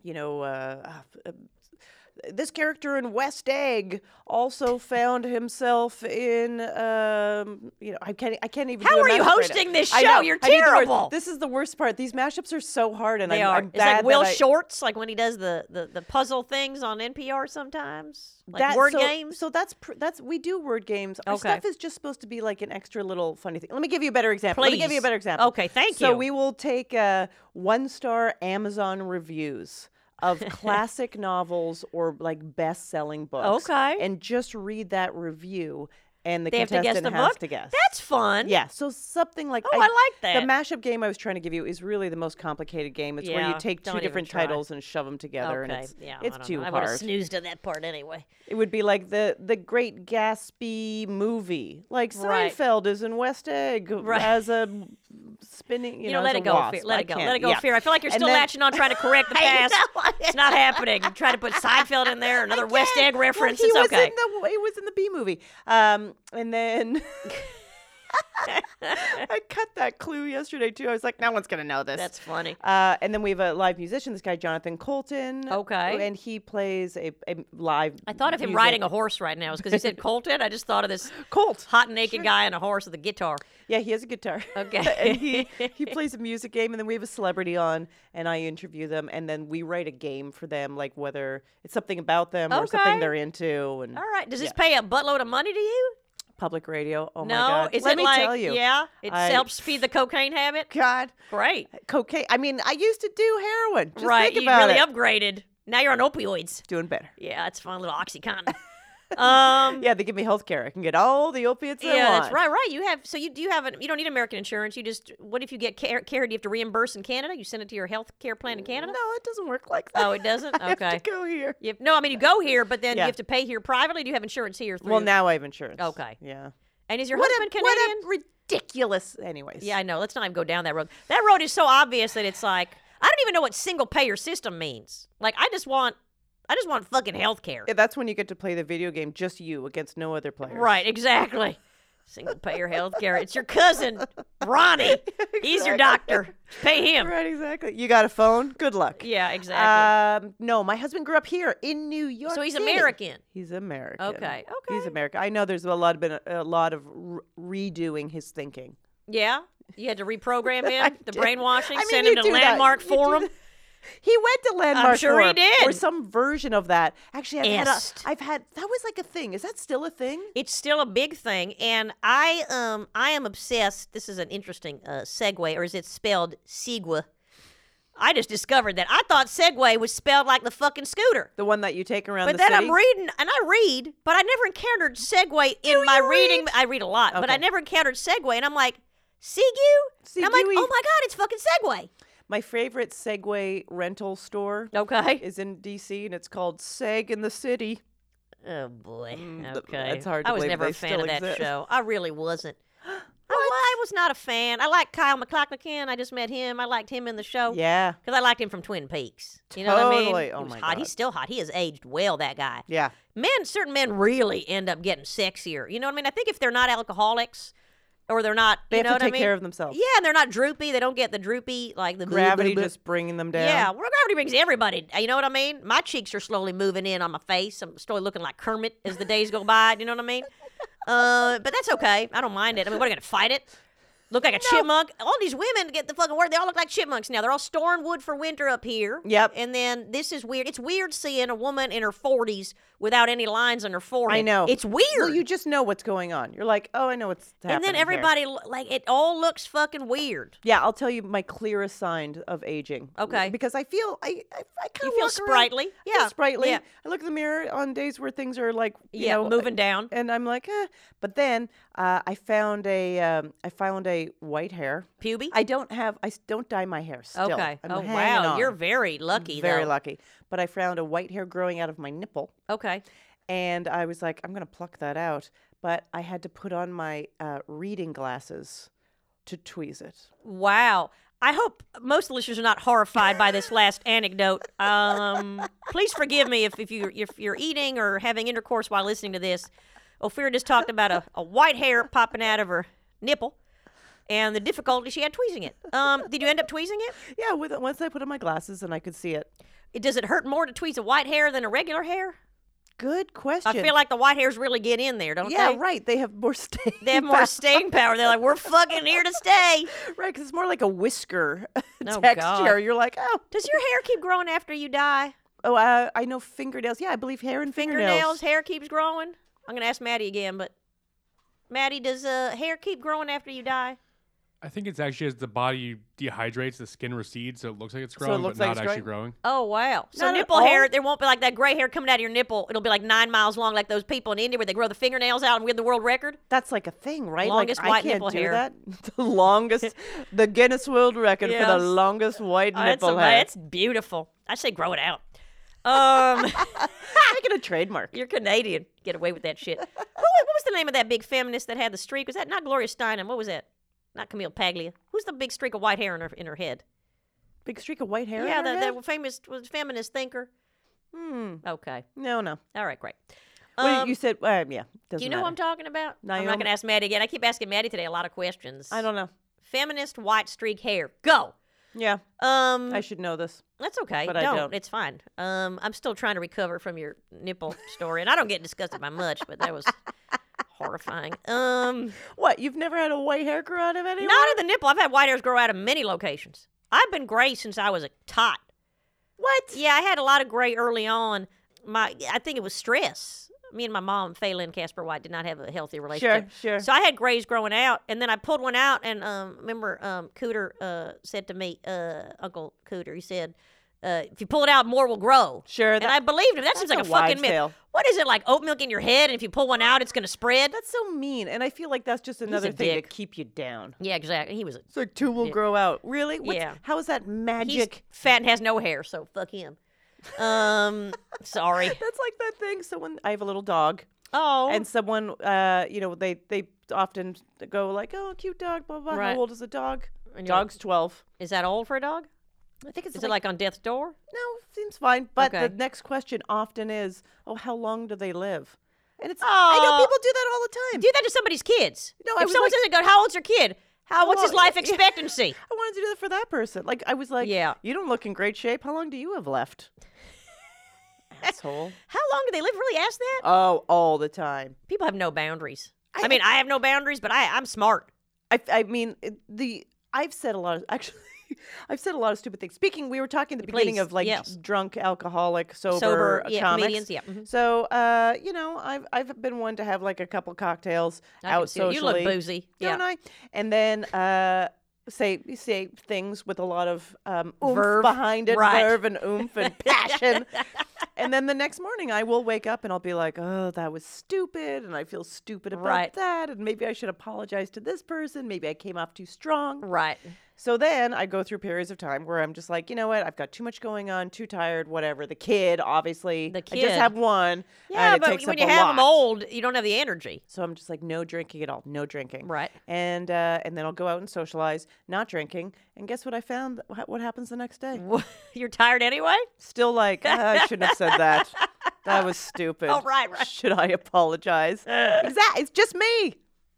you know, uh, ah, f- uh, this character in West Egg also found himself in um, you know I can't I can't even. How do a are you mashup right hosting now. this I know, show? You're I need the worst- terrible. this is the worst part. These mashups are so hard, and They I'm, are. I'm it's like glad Will that I- Shortz, like when he does the, the, the puzzle things on NPR sometimes, like that- word so, games. So that's pr- that's we do word games. Our Okay. stuff is just supposed to be like an extra little funny thing. Let me give you a better example. Let me give you a Please. better example. Okay, thank So you. we will take uh, one star Amazon reviews *laughs* of classic novels or like best selling books. Okay. and just read that review, and the they have to contestant guess the has book. to guess. That's fun. yeah, so something like Oh, I like that. The mashup game I was trying to give you is really the most complicated game. It's where Yeah, you take don't two even different try. titles and shove them together, and Okay. it's yeah. I it's don't too know. I would hard. have snoozed on that part anyway. It would be like the the Great Gatsby movie. Like Right. Seinfeld is in West Egg as a *laughs* spinning. You, You know, let as it a go, wasp. fear. Let I it go. can't- Let it go, yeah. fear. I feel like you're And still then- latching on trying to correct the past. it's not happening. You try to put Seinfeld in there, another West Egg Well, reference. he it's was okay. In the, it was in the B movie. Um, and then *laughs* *laughs* I cut that clue yesterday too. I was like, no one's gonna know this. That's funny. Uh, and then we have a live musician, this guy Jonathan Colton. Okay. And he plays a, a live. I thought of him riding a horse right now. It's because he said Colton. I just thought of this Colt. hot naked guy and a horse with a guitar. Yeah, he has a guitar. Okay. *laughs* and he he plays a music game, and then we have a celebrity on, and I interview them, and then we write a game for them, like whether it's something about them or Okay. something they're into, *laughs* and All right. Does this pay a buttload of money to you? public radio. Oh my no. God! Is Let it me like tell you, yeah? It I- helps feed the cocaine habit. God, Great. cocaine. I mean, I used to do heroin. Just right. You Think about really it. upgraded. Now you're on opioids. Doing better. Yeah, it's fun. Little oxycontin. *laughs* um. Yeah, they give me health care. I can get all the opiates I Yeah, want. that's right. Right. You have so you do you have an you don't need American insurance. You just what if you get care, care do you have to reimburse in Canada? You send it to your health care plan in Canada. No, it doesn't work like that. Oh, it doesn't. *laughs* I have to Okay. go here. You have- no, I mean you go here, but then you Yeah. have to pay here privately. Do you have insurance here? Through, Well, now I have insurance. Okay. Yeah. and is your What a, husband Canadian? what a ridiculous. Anyways. yeah, I know. Let's not even go down that road. That road is so obvious that it's like I don't even know what single payer system means. Like I just want, I just want fucking health care. Yeah, that's when you get to play the video game just you against no other players. Right, exactly. Single payer health care. It's your cousin, Ronnie. *laughs* He's your doctor. Pay him. Right, exactly. You got a phone? Good luck. Yeah, exactly. Um, no, my husband grew up here in New York. so he's City. American. He's American. Okay, He's okay. American. I know there's a lot of been a lot of re- redoing his thinking. Yeah. You had to reprogram *laughs* I him, the did. brainwashing, I mean, send him to you do that. Landmark You do Forum. that. He went to Landmark sure he Forum, or did. some version of that. Actually, I've had Est. a, I've had that was like a thing. Is that still a thing? It's still a big thing, and I um I am obsessed. This is an interesting uh, segue, or is it spelled Segwa? I just discovered that I thought Segway was spelled like the fucking scooter. The one that you take around But the then city. I'm reading, and I read, but I never encountered Segway in my reading. I read a lot, but I Okay. never encountered Segway, and I'm like, Segue? And I'm like, oh my Segue. god, it's fucking Segway. My favorite Segway rental store Okay. is in D.C. and it's called Seg in the City. Oh boy. Mm, th- Okay. that's hard I to was believe never they a fan of still that exist. show. I really *gasps* wasn't. I, wa- I was not a fan. I like Kyle MacLachlan. I just met him. I liked him in the show. Yeah. Because I liked him from Twin Peaks. You know what I mean? Totally. He Oh, was my hot. God. He's still hot. He has aged well, that guy. Yeah. men, certain men really end up getting sexier. You know what I mean? I think if they're not alcoholics or they're not, They you have know to what take I mean? care of themselves. Yeah, and they're not droopy. They don't get the droopy like the Gravity boo-boo-boo. just bringing them down. Yeah, well, gravity brings everybody. uh, You know what I mean? My cheeks are slowly moving in on my face. I'm slowly looking like Kermit as the days go by. You know what I *laughs* mean? Uh, but that's okay. I don't mind it. I mean, what are you gonna fight it? Look like a chipmunk. All these women get the fucking word. They all look like chipmunks now. They're all storing wood for winter up here. Yep. And then this is weird. It's weird seeing a woman in her forties without any lines on her forehead. I know. It's weird. Well, you just know what's going on. You're like, oh, I know what's happening. and then here." everybody lo- like it all looks fucking weird. Yeah, I'll tell you my clearest sign of aging. Okay. Because I feel I I, I kind of feel sprightly? Yeah, Yeah. Sprightly. yeah. I look in the mirror on days where things are like you Yeah, know, moving down. and I'm like, eh. But then uh, I found a um, I found a white hair. Puby. I don't have I s- don't dye my hair still. okay. I'm oh hanging wow, on. you're very lucky. very though. lucky. But I found a white hair growing out of my nipple. Okay. and I was like, I'm gonna pluck that out, but I had to put on my uh, reading glasses to tweeze it. Wow. I hope most listeners are not horrified by this last anecdote. Um, please forgive me if, if, you're, if you're eating or having intercourse while listening to this. Ophira just talked about a, a white hair popping out of her nipple and the difficulty she had tweezing it. Um, did you end up tweezing it? Yeah, with, once I put on my glasses and I could see it. It, does it hurt more to tweeze a white hair than a regular hair? Good I question. feel like the white hairs really get in there, don't yeah, they? right. They have more *laughs* staying. They have more staying power. They're like, we're fucking here to stay. Right, because it's more like a whisker *laughs* Oh, texture. God. You're like, oh, Does your hair keep growing after you die? oh, uh, I know fingernails. Yeah, I believe hair and fingernails. Fingernails, hair keeps growing. I'm gonna ask Maddie again, but Maddie, does uh, hair keep growing after you die? I think it's actually as the body dehydrates, the skin recedes, so it looks like it's So it growing, looks but like not it's actually growing. Oh wow! So Not at nipple hair, all. there won't be like that gray hair coming out of your nipple. It'll be like nine miles long, like those people in India where they grow the fingernails out and win the world record. That's like a thing, right? Longest like, white I can't nipple do hair. that. *laughs* The longest, the Guinness World Record for Yes. the longest white Oh, that's, nipple a- hair. *laughs* that's beautiful. I say grow it *laughs* out. Um, *laughs* Making a trademark. you're Canadian. Get away with that shit. Who, what was the name of that big feminist that had the streak? Was that not Gloria Steinem? What was that? Not Camille Paglia. Who's the big streak of white hair in her in her head? Big streak of white hair. Yeah, on her that, head? that famous was feminist thinker. Hmm. Okay. No, no. All right, great. Well, Um, you said, um, yeah. Doesn't do you know who I'm matter. talking about? I'm not Naomi- going to ask Maddie again. I keep asking Maddie today a lot of questions. I don't know. Feminist white streak hair. Go. Yeah, Um, I should know this. that's okay. but I don't. It's fine. Um, I'm still trying to recover from your nipple story, and I don't get disgusted by much, but that was horrifying. Um, What? You've never had a white hair grow out of anyone? not in the nipple. I've had white hairs grow out of many locations. I've been gray since I was a tot. What? Yeah, I had a lot of gray early on. My, I think it was stress. Me and my mom, Faye Lynn Casper White, did not have a healthy Sure, relationship. sure. So I had grays growing out, and then I pulled one out. And um, remember, um, Cooter uh, said to me, uh, Uncle Cooter, he said, uh, "If you pull it out, more will grow." Sure, and that- I believed him. That that's seems like a a, fucking wives' myth. tale. What is it like oat milk in your head, and if you pull one out, it's going to spread? That's so mean. And I feel like that's just another a thing dick. to keep you down. yeah, exactly. He was a, It's like two will grow out. Really? What's, Yeah. How is that he's magic? fat and has no hair, so fuck him. *laughs* Um, sorry. That's like that thing. Someone, I have a little dog, Oh, and someone, uh, you know, they they often go like, "Oh, cute dog, blah blah." blah. Right. How old is the dog? And you're like- Dog's twelve. is that old for a dog? I think it's Is it like on death's door? no, seems fine. But Okay. the next question often is, "Oh, how long do they live?" And it's I know Oh. people do that all the time. Do that to somebody's kids. No, I if was someone like- says, "Go, how old's your kid? How what's his long- life yeah. expectancy?" I wanted to do that for that person. Like I was like, Yeah. you don't look in great shape. How long do you *laughs* have left?" Asshole. *laughs* How long do they live? Really ask that? *laughs* Oh, all the time. People have no boundaries. I, I- mean, I have no boundaries, but I, I'm smart. I, I mean it- the I've said a lot of *laughs* actually I've said a lot of stupid things. Speaking, we were talking at the beginning Please, of like yes. drunk, alcoholic, sober, Sober, uh, yeah, comics. comedians, yeah, mhm. So uh, you know, I've I've been one to have like a couple cocktails I can out see it. socially. You look boozy. don't yeah. I? And then uh, say say things with a lot of um, oomph Verve, behind it, right. verve and *laughs* oomph and passion. and then the next morning, I will wake up and I'll be like, "Oh, that was stupid," and I feel stupid about Right. that, and maybe I should apologize to this person. Maybe I came off too strong. Right. So then I go through periods of time where I'm just like, you know what? I've got too much going on, too tired, whatever. The kid, obviously, The I kid. just have one. Yeah, and it but takes when you up a have them lot. old, you don't have the energy. So I'm just like, no drinking at all, no drinking. Right. And uh, and then I'll go out and socialize, not drinking. And guess what I found? Wha- What happens the next day? *laughs* You're tired anyway. Still like, "Ah, I shouldn't have said that. That was *laughs* stupid. Oh, right, right. Should *laughs* I apologize? exactly. It's just me.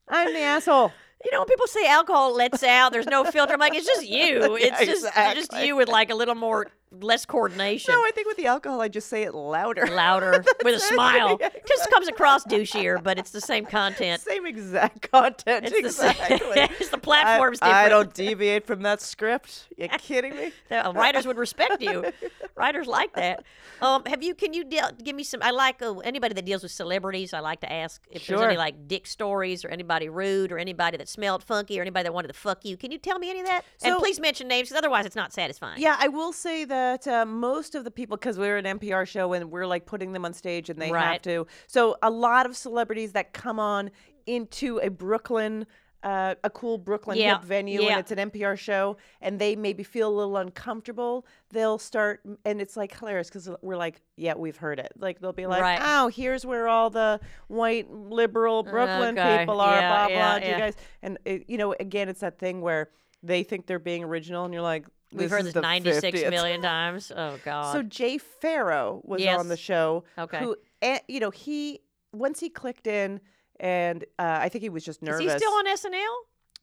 I'm the asshole. You know, when people say alcohol lets out, there's no filter. I'm like, it's just you. *laughs* It's just just exactly. you with like a little more less coordination. No, I think with the alcohol, I just say it louder. *laughs* louder with a smile. Just comes across douchier, but it's the same content. *laughs* Same exact content. It's the same- exactly. *laughs* it's the platform's I, I different. don't deviate from that script. *laughs* You kidding me? The uh, writers would respect you. *laughs* Writers like that. Um, have you? Can you deal, give me some? I like uh, anybody that deals with celebrities. I like to ask if there's any Sure. like dick stories or anybody rude or anybody that smelled funky or anybody that wanted to fuck you. Can you tell me any of that? and So- please mention names, because otherwise it's not satisfying. Yeah, I will say that uh, most of the people, because we're an NPR show and we're like putting them on stage and they Right. have to. So a lot of celebrities that come on into a Brooklyn. Uh, a cool Brooklyn Yeah, hip venue, yeah. and it's an NPR show, and they maybe feel a little uncomfortable. They'll start, and it's like hilarious because we're like, yeah, we've heard it. Like they'll be like, Right. oh, here's where all the white liberal Brooklyn Okay, people are, yeah, blah blah. yeah, do yeah. you guys? And it, you know, again, it's that thing where they think they're being original, and you're like, We've heard is this the 96 million 50th. times. Oh God. *laughs* So Jay Farrow was on the Yes. show. Okay. Who, and, you know, he once he clicked in, and uh, I think he was just is nervous. he still on SNL?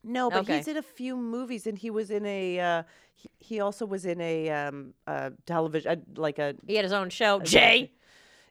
No, but Okay. he's in a few movies, and he was in a. Uh, he, he also was in a um, uh, television, uh, like a. He had his own show. sorry. Jay.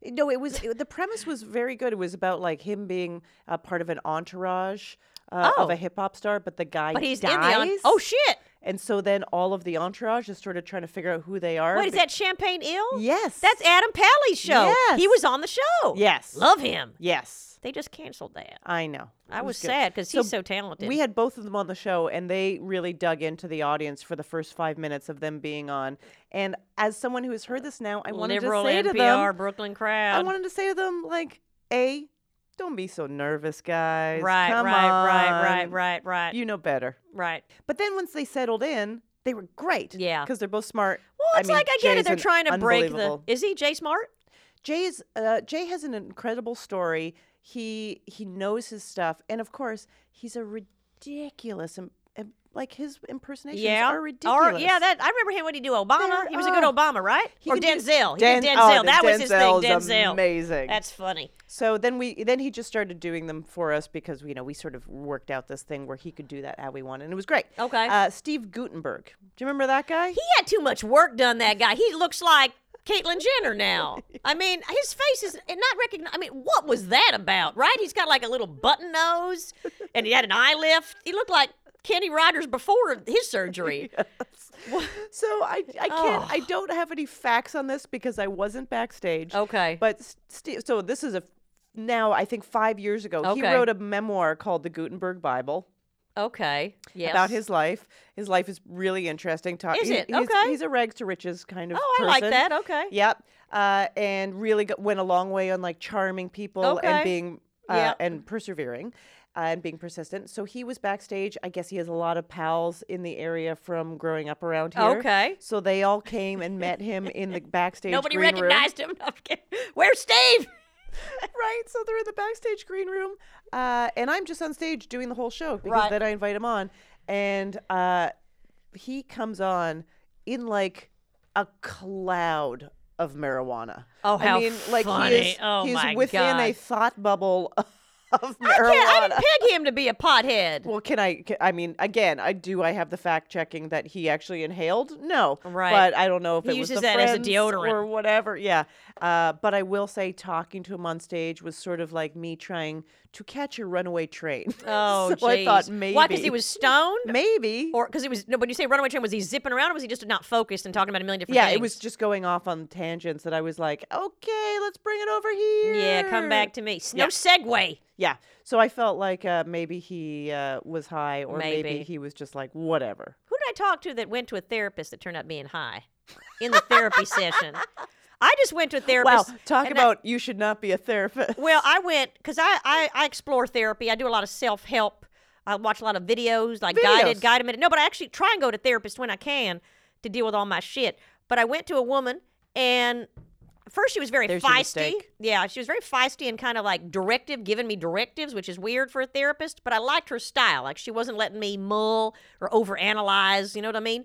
No, it was it- the premise was very good. It was about like him being a part of an entourage uh, of Oh. a hip hop star, but the guy But he's dies. in the on- Oh shit. and so then all of the entourage is sort of trying to figure out who they are. Wait, is be- that Champagne Ill? Yes, That's Adam Pally's show. He Yes. was on the show. yes, Love him. yes. They just canceled that. I know. I It was good. sad because he's so talented. We had both of them on the show, and they really dug into the audience for the first five minutes of them being on. And as someone who has heard this now, I wanted liberal to NPR say to them, Brooklyn I crowd. wanted to say to them, like, a, don't be so nervous, guys. right, Come right, right, right, on. right, right, You know better. right. But then once they settled in, they were great. Yeah. because they're both smart. Well, it's mean, like I get Jay's it. They're an trying to break the. unbelievable- Is he Jay Smart? Jay is uh, Jay has an incredible story. He he knows his stuff, and of course, he's a ridiculous and like his impersonations Yeah. are ridiculous. Or yeah, that I remember him. What did he do? Obama. They're- he was a good oh. Obama, right? He or can do- Denzel. he did Den- Denzel. oh, the that was his thing. Denzel's Denzel. amazing. That's funny. so then we then he just started doing them for us because you know we sort of worked out this thing where he could do that how we wanted, and it was great. Okay. Uh, Steve Gutenberg, do you remember that guy? He had too much work done. That guy. He looks like Caitlyn Jenner now. I mean, his face is not recognized. I mean, what was that about? Right? He's got like a little button nose, and he had an eye lift. He looked like Kenny Rogers before his *laughs* surgery. so I I can't I don't have any facts on this because I wasn't backstage. Okay. But S- Steve, so this is a now I think five years ago he Okay. wrote a memoir called the Gutenberg Bible. Okay. Yes. about his life. His life is really interesting. Ta- Is he- it? he's- Okay. He's a rags to riches kind of. Oh, I like person. that. Okay. Yep. Uh, and really go- went a long way on like charming people Okay. and being uh, Yep. and persevering. uh, and being persistent. So he was backstage. I guess he has a lot of pals in the area from growing up around here. Okay. So they all came and met him in the backstage. Nobody green room. recognized him. *laughs* No, I'm kidding. Where's Steve? Right, so they're in the backstage green room, uh, and I'm just on stage doing the whole show because Right. then I invite him on, and uh, he comes on in like a cloud of marijuana. Oh, how I mean, like funny. he is, Oh, he's my within a God. thought bubble *laughs* of *laughs* marijuana. I, can't, I didn't peg him to be a *laughs* pothead. well, can I? ca- I mean, again, I do. I have the fact checking that he actually inhaled. No, Right. But I don't know if He it was uses the that as a friends deodorant. or whatever. Yeah. Uh, but I will say, talking to him on stage was sort of like me trying to catch a runaway train. *laughs* Oh, so I thought jeez. maybe. Why? Because he was stoned, maybe. or because he was no. When you say runaway train, was he zipping around, or was he just not focused and talking about a million different yeah, things? it was just going off on tangents that I was like, okay, let's bring it over here. Yeah, come back to me. S- No Yeah. segue. Yeah. So I felt like uh, maybe he uh, was high, or Maybe. maybe he was just like, whatever. Who did I talk to that went to a therapist that turned out being high in the therapy session? I just went to a Wow, therapist. talk and I- about you should not be a therapist. Well, I went because I, I I explore therapy. I do a lot of self help. I watch a lot of videos, like guided, Videos. guided med No, but I actually try and go to therapists when I can to deal with all my shit. But I went to a woman, and first she was very There's your feisty. mistake. Yeah, she was very feisty and kind of like directive, giving me directives, which is weird for a therapist. But I liked her style. Like she wasn't letting me mull or overanalyze. You know what I mean?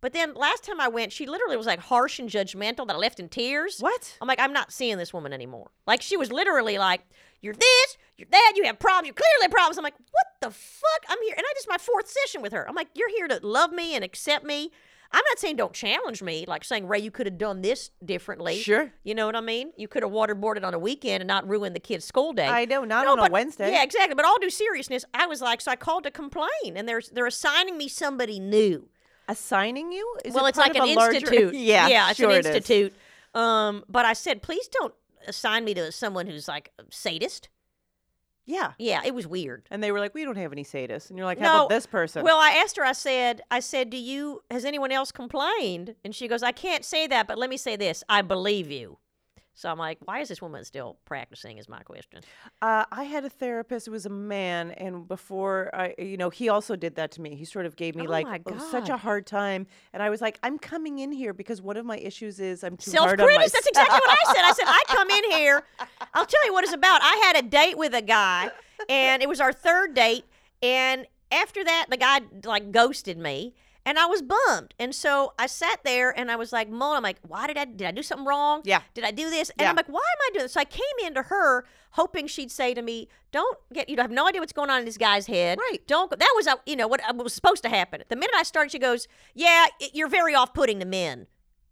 But then last time I went, she literally was like harsh and judgmental that I left in tears. What? I'm like, I'm not seeing this woman anymore. Like, she was literally like, You're this, you're that, you have problems, you clearly have problems. I'm like, What the fuck? I'm here. And I just, my fourth session with her. I'm like, You're here to love me and accept me. I'm not saying don't challenge me, like saying, Ray, you could have done this differently. Sure. You know what I mean? You could have waterboarded on a weekend and not ruined the kid's school day. I know, not on a but- Wednesday. Yeah, exactly. But all due seriousness, I was like, so I called to complain, and they're they're assigning me somebody new. assigning you? Is well, it it's part like of an a larger- *laughs* institute. *laughs* yeah, yeah, sure it's it an is. institute. Um, but I said, please don't assign me to someone who's like a sadist. Yeah. Yeah, it was weird. And they were like, we don't have any sadists. And you're like, how no, about this person? Well, I asked her. I said, I said, do you? Has anyone else complained? And she goes, I can't say that, but let me say this: I believe you. So I'm like, why is this woman still practicing? Is my question. uh, I had a therapist who was a man, and before I, you know, he also did that to me. He sort of gave me Oh like my oh, such a God. hard time, and I was like, I'm coming in here because one of my issues is I'm too Self hard on criticism. That's myself. exactly what I said. I said, I come in *laughs* here. I'll tell you what it's about. I had a date with a guy, and it was our third date. And after that, the guy like ghosted me. And I was bummed. And so I sat there and I was like, mulling. I'm like, why did I did I do something wrong? Yeah. Did I do this? And Yeah. I'm like, why am I doing this? So I came into her hoping she'd say to me, Don't get you have no idea what's going on in this guy's head. Right. Don't go that was uh, you know what uh, was supposed to happen. The minute I started, she goes, Yeah, it- you're very off putting to men.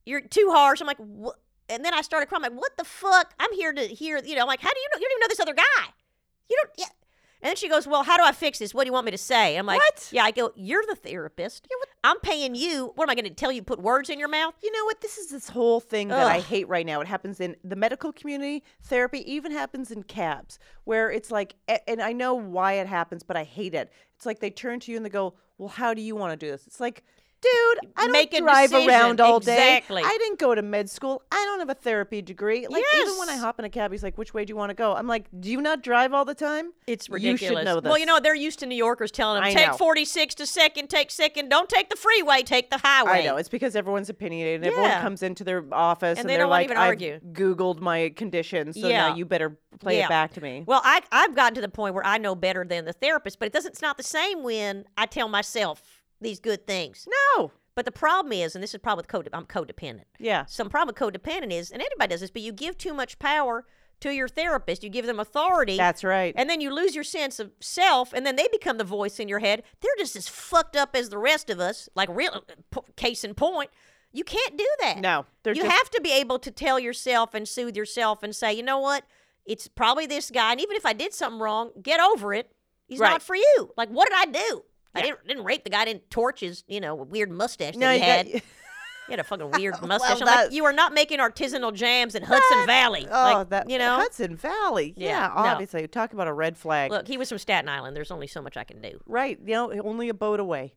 You're too harsh. I'm like, what and then I started crying. I'm like, what the fuck? I'm here to hear, you know, I'm like, how do you know you don't even know this other guy? You don't yeah. And then she goes, Well, how do I fix this? What do you want me to say? I'm like, What? Yeah, I go, You're the therapist. I'm paying you. What am I going to tell you? Put words in your mouth? You know what? This is this whole thing that I Ugh. hate right now. It happens in the medical community. Therapy even happens in cabs where it's like, a- and I know why it happens, but I hate it. It's like they turn to you and they go, "Well, how do you want to do this?" It's like, dude, I don't Make a drive decision. around all day. Exactly. I didn't go to med school. I don't have a therapy degree. Like even when I Yes. hop in a cab, he's like, "Which way do you want to go?" I'm like, "Do you not drive all the time?" It's You ridiculous. should know this. Well, you know, they're used to New Yorkers telling them, I take know. 46 to second, take second. Don't take the freeway, take the highway. I know it's because everyone's opinionated. and Everyone Yeah. comes into their office and, they are don't wanna like, even "I've argue." Googled my condition, so Yeah. now you better play Yeah. it back to me." Well, I, I've gotten to the point where I know better than the therapist, but it doesn't, it's not the same when I tell myself these good things. no. But the problem is, and this is probably with codep- I'm codependent. Yeah. Some problem with codependent is, and everybody does this, but you give too much power to your therapist. You give them authority. That's right. And then you lose your sense of self, and then they become the voice in your head. They're just as fucked up as the rest of us. Like real p- case in point, you can't do that. No, they're you just- have to be able to tell yourself and soothe yourself and say, you know what, it's probably this guy. And even if I did something wrong, get over it. He's Right. not for you. Like, what did I do? I didn't, didn't rape the guy. I didn't torch his, you know, weird mustache that no, he you had. got- He had a *laughs* fucking weird mustache. I'm that- like, you are not making artisanal jams in Hudson Valley. oh, *laughs* like, that you know, Hudson Valley. Yeah, Yeah, no. obviously, talk about a red flag. look, he was from Staten Island. There's only so much I can do. Right, you know, only a boat away.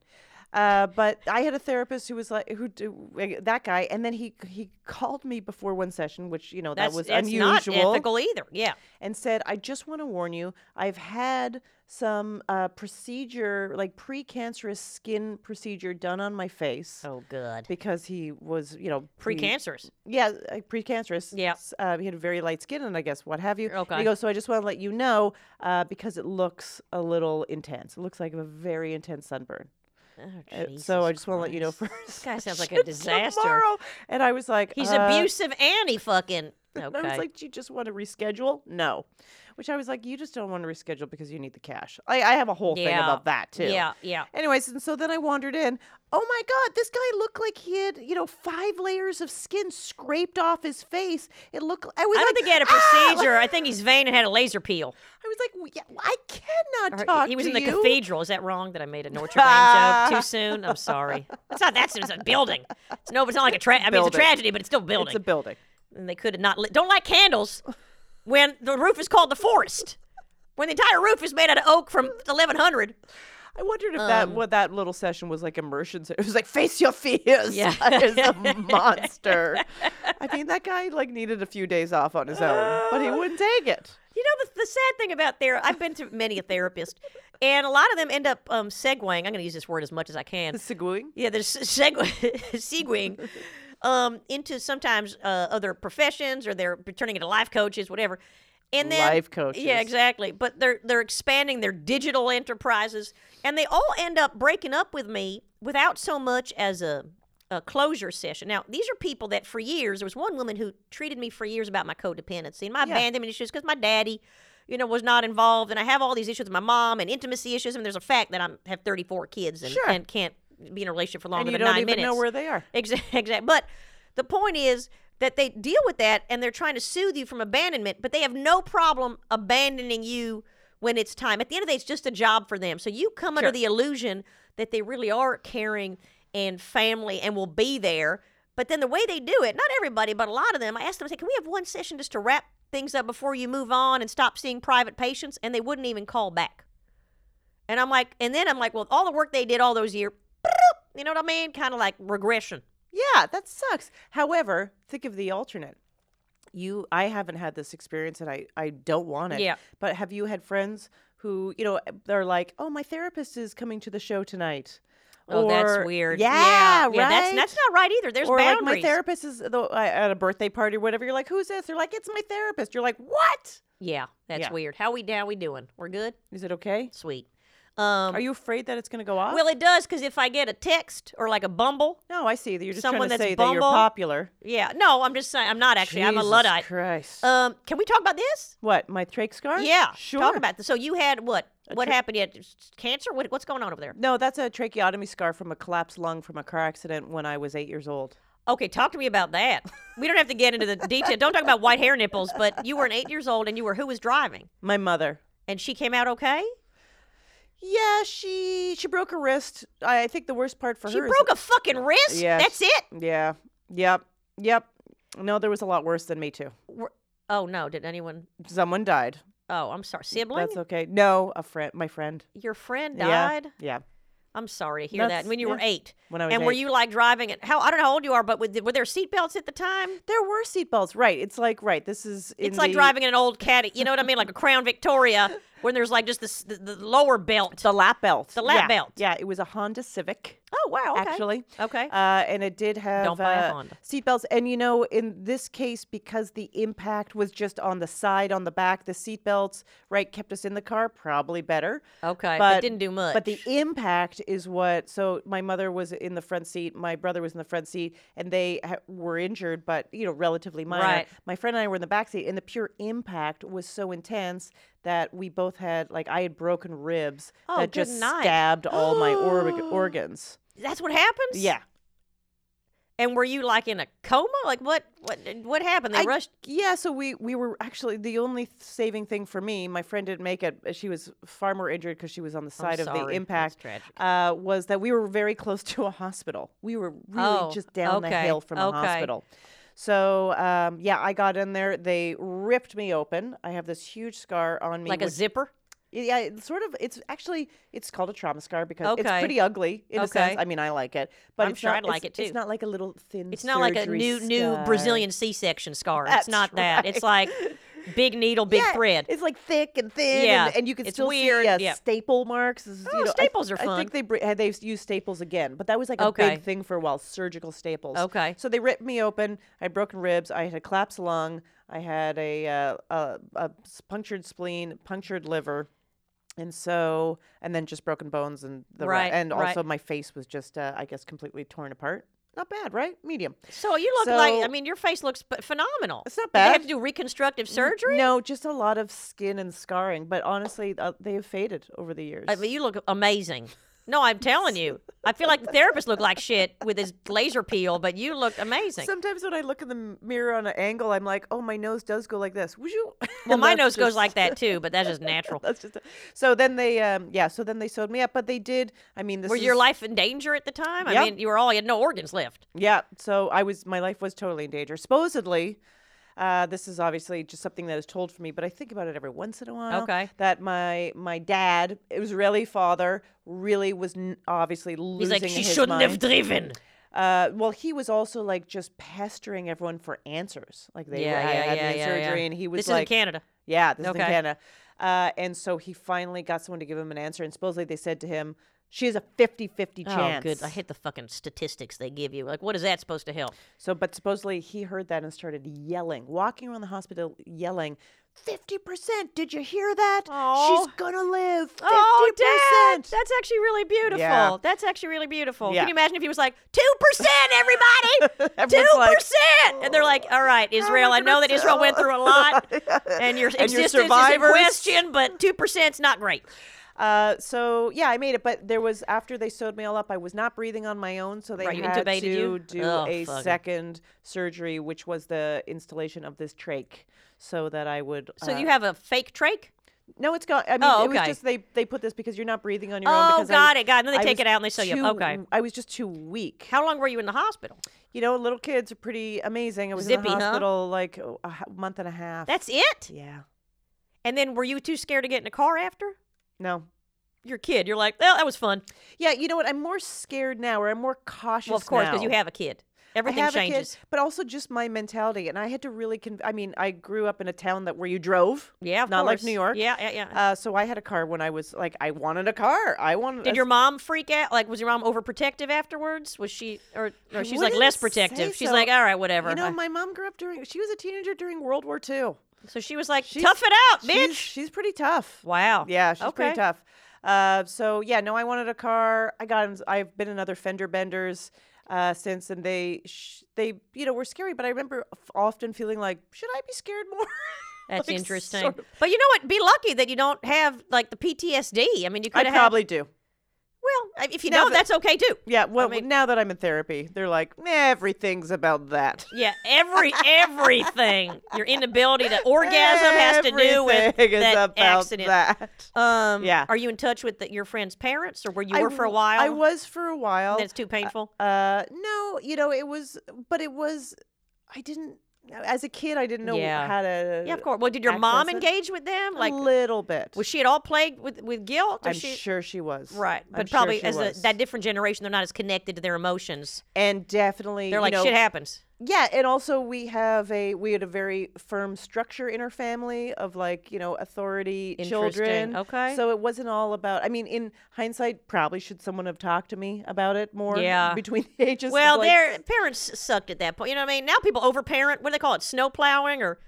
Uh, but I had a therapist who was like, who do- like, that guy, and then he he called me before one session, which you know that That's, was it's unusual. not ethical either. Yeah. and said, I just want to warn you, I've had some uh, procedure, like precancerous skin procedure done on my face Oh, good. because he was, you know, pre- Precancerous. Yeah, uh, precancerous. Yeah. Oh, S- Uh, he had very light skin and I guess what have you. And Okay. he goes, so I just want to let you know uh, because it looks a little intense. It looks like a very intense sunburn. Oh, Uh, Jesus so I just want to let you know Christ. *laughs* first. This guy sounds like a disaster. Tomorrow. And I was like, He's uh, abusive and he fucking. Okay. And *laughs* I was like, "Do you just want to reschedule?" No, which I was like, "You just don't want to reschedule because you need the cash." I, I have a whole thing Yeah. about that too. Yeah, yeah. Anyways, and so then I wandered in. Oh my God, this guy looked like he had, you know, five layers of skin scraped off his face. It looked. I was I don't like, think he had a "Ah!" Like, procedure. I think he's vain and had a laser peel. I was like, "W- yeah, I cannot Or- talk. he was to in the you." cathedral. Is that wrong that I made a Notre Dame joke *laughs* too soon? I'm sorry. It's not that soon. It's a building. It's no, it's not like a tra- I mean, it's a Building. tragedy, but it's still building. It's a building. and they could have not lit. Don't light candles when the roof is called the forest. When the entire roof is made out of oak from 1100. I wondered if that Um. what that little session was like immersion. se- It was like face your fears. *laughs* *laughs* Yeah. that is a monster. I mean, that guy like needed a few days off on his own, but he wouldn't take it. You know, the, the sad thing about there, I've been to many a therapist, and a lot of them end up um, segueing. I'm going to use this word as much as I can. Seguing. Yeah, there's *laughs* segue, segueing um, into sometimes uh, other professions, or they're turning into life coaches, whatever. And then Life coaches. Yeah, exactly. But they're they're expanding their digital enterprises, and they all end up breaking up with me without so much as a, a closure session. Now, these are people that for years there was one woman who treated me for years about my codependency and my abandonment issues because my daddy. You know, was not involved, and I have all these issues with my mom and intimacy issues. and there's a fact that I am have 34 kids and, Sure. and can't be in a relationship for longer And you than don't nine even minutes. know where they are. Exactly. *laughs* Exact. But the point is that they deal with that and they're trying to soothe you from abandonment, but they have no problem abandoning you when it's time. At the end of the day, it's just a job for them. So you come under the illusion that they really are caring and family and will be there. But then the way they do it, not everybody, but a lot of them, I asked them, I said, can we have one session just to wrap things up before you move on and stop seeing private patients? And they wouldn't even call back. And I'm like, and then I'm like, well, all the work they did all those years, you know what I mean? Kind of like regression. Yeah, that sucks. However, think of the alternate. You, I haven't had this experience, and I, I don't want it. Yeah. But have you had friends who, you know, they're like, "Oh, my therapist is coming to the show tonight." Oh, that's Or- weird. Yeah, right. yeah that's, that's not right either. There's or boundaries. like my therapist is the, uh, at a birthday party or whatever. You're like, who's this? They're like, it's my therapist. You're like, what? yeah, that's Yeah. weird. How we down? We doing? We're good. Is it okay? Sweet. Um, Are you afraid that it's going to go off? well, it does because if I get a text or like a Bumble, no, I see that you're just Someone trying to that's say that you're Bumble? popular. yeah. No, I'm just saying I'm not actually. I'm a Jesus luddite. Christ. Um, can we talk about this? what my trach scar? Yeah, sure. Talk about this. So you had what? What tra- happened? You had s- cancer. What, what's going on over there? No, that's a tracheotomy scar from a collapsed lung from a car accident when I was eight years old. Okay, talk to me about that. *laughs* We don't have to get into the detail. Don't talk about white hair nipples. But you were an eight years old, and you were who was driving, My mother. and she came out okay. Yeah, she she broke her wrist. I, I think the worst part for She her. broke a fucking wrist. Yeah, That's it. is, yeah. Yep. Yep. No, there was a lot worse than me too. Were- Oh no! Did anyone? Someone died. Oh, I'm sorry. Sibling. That's okay. No, a friend, my friend. Your friend Yeah. died. Yeah. I'm sorry to hear That's- that. When you were yeah. eight. When I was and were eight. you like driving at how I don't know how old you are, but with, were there seatbelts at the time? There were seatbelts, right? It's like right. This is in It's like the- driving in an old caddy. You know what I mean? Like a Crown *laughs* Victoria when there's like just this, the, the lower belt. the lap belt. The lap Yeah. belt. Yeah, it was a Honda Civic. oh wow. Okay. actually. Okay. Uh, and it did have buy a uh, Honda. seatbelts. And you know, in this case, because the impact was just on the side, on the back, the seatbelts, right, kept us in the car, probably better. Okay, but didn't do But the much. impact is what. So my mother was in the front seat, my brother was in the front seat, and they ha- were injured, but you know, relatively minor. Right. My friend and I were in the back seat, and the pure impact was so intense that we both had like I had broken ribs Oh, that good just night. stabbed all my *gasps* org- organs. That's what happens. Yeah. And were you like in a coma? Like what? What? What happened? They I- rushed. Yeah, so we we were actually the only th- saving thing for me. My friend didn't make it. uh, She was far more injured because she was on the side of the sorry. That's impact. tragic. Uh, was that we were very close to a hospital. We were really Oh, just down the okay, hill from a okay. hospital. So um, yeah, I got in there. They ripped me open. I have this huge scar on me. Like a which- zipper. yeah, it's sort of. It's actually it's called a trauma scar because it's Okay. pretty ugly in a sense. Okay. I mean, I like it, but I'm it's sure not, I'd like it's- it It's too. not like a little thin. It's not like a surgery new new scar. Brazilian C-section scar. That's it's not *laughs* that. It's like big needle, big Yeah, thread. It's like thick and thin. Yeah, and, and you can it's still weird, see uh, yeah. staple marks. is, Oh, you know, I- staples are I fun. think they br- had- they've used staples again, but that was like a Okay. big thing for a while. Surgical staples. Okay. So they ripped me open. I had broken ribs. I had a collapsed lung. I had a, uh, a, a s- punctured spleen, punctured liver. And so, and then just broken bones and the re- Right, and right. also my face was just, uh, I guess, completely torn apart. Not bad, right? Medium. So you look like I So- mean your face looks p- phenomenal. It's Did not They bad. have to do reconstructive surgery. No, just a lot of skin and scarring. But honestly, uh, they have faded over the years. I mean, you look amazing. No, I'm telling you. I feel like the therapist looked like shit with his laser peel, but you looked amazing. Sometimes when I look in the m- mirror on an angle, I'm like, oh, my nose does go like this. Would you? *laughs* well, And my that's nose goes just- like that too, but that's just natural. *laughs* That's just. So then they, um, yeah. So then they sewed me up, but they did. I mean, this Were your is- life in danger at the time? I Yeah. mean, you were all you had no organs left. Yeah. So I was, my life was totally in danger. Supposedly, uh, this is obviously just something that is told for me, but I think about it every once in a while. Okay. That my my dad, Israeli father, really was n- obviously He's losing. like, she his shouldn't have mind." driven. Uh, well, he was also like just pestering everyone for answers. Like they yeah, were, I yeah, had yeah, knee yeah, surgery, yeah. and he was this like, is in Canada. "Yeah, this is Okay. in Canada." Uh, and so he finally got someone to give him an answer, and supposedly they said to him, "She has a 50-50 Oh, chance." good. I hate the fucking statistics they give you. Like, what is that supposed to help? So, but supposedly he heard that and started yelling, walking around the hospital yelling, 50%. Did you hear that? Oh. She's gonna live. 50%. Oh, Dad, that's actually really beautiful. Yeah. That's actually really beautiful. Yeah. Can you imagine if he was like two percent, everybody, two *laughs* Everyone's like, "Oh, percent, and they're like, "All right, Israel, I know that Israel went through a lot, *laughs* and your And your existence is in survivors." question, but two percent's not great." Uh, so yeah, I made it, but there was after they sewed me all up, I was not breathing on my own, so they Right, you had intubated to you? do Oh, a fuck. second surgery, which was the installation of this trach, so that I would. So uh, you have a fake trach? no, it's gone. I mean, Oh, it okay. was just they they put this because you're not breathing on your own. Oh, because I- got it, got it. And then they I take was it out and they sew you. too- up. Okay. I was just too weak. How long were you in the hospital? You know, little kids are pretty amazing. I was in Zippy, the huh? hospital like oh, a h- month and a half. That's it. yeah. And then were you too scared to get in a car after? No. Your kid, you're like, "Well, that was fun." Yeah, you know what? I'm more scared now, or I'm more cautious. Well, of course, because you now. have a kid. Everything I have changes. a kid, but also just my mentality. And I had to really. Conv- I mean, I grew up in a town that where you drove. Yeah, of not like course. New York. Yeah, yeah, yeah. Uh, so I had a car when I was like, I wanted a car. I wanted. Did a- your mom freak out? Like, was your mom overprotective afterwards? Was she, or, or I she's like less wouldn't say protective? She's so. like, all right, whatever. You know, I- my mom grew up during. She was a teenager during World War II. so she was like, she's- tough it out, She's- bitch. she's pretty tough. Wow. Yeah, she's okay. pretty tough. Uh, so yeah, no, I wanted a car. I got. in- I've been in other fender benders uh, since, and they sh- they you know were scary. But I remember f- often feeling like, should I be scared more? *laughs* That's Like, interesting. sort of- But you know what? Be lucky that you don't have like the PTSD. I mean, you I could have probably do. well, if you Now don't, that- that's okay too. Yeah. Well, mean- now that I'm in therapy, they're like, "Nah, everything's about that. Yeah, *laughs* every everything your inability to *laughs* orgasm has to do with Everything is that about accident. that. Um, Yeah. Are you in touch with the, your friend's parents, or were you I were for a w- while? I was for a while. That's too painful. Uh, no, you know, it was, but it was, I didn't, uh, as a kid, I didn't know Yeah. how to. yeah, of course. Well, did your mom access it? engage with them? Like, uh, a little bit. was she at all plagued with with guilt? Or I'm she, sure she was. Right, I'm but sure probably she as a, was. that different generation, they're not as connected to their emotions. and definitely, They're you like, know, shit happens. Yeah, and also we have a we had a very firm structure in our family of like you know authority Interesting, children. okay. so it wasn't all about. I mean, in hindsight, probably should someone have talked to me about it more? Yeah. between *laughs* the ages. of, Well, like, their parents sucked at that point. You know what I mean? Now people overparent. What do they call it? Snow plowing or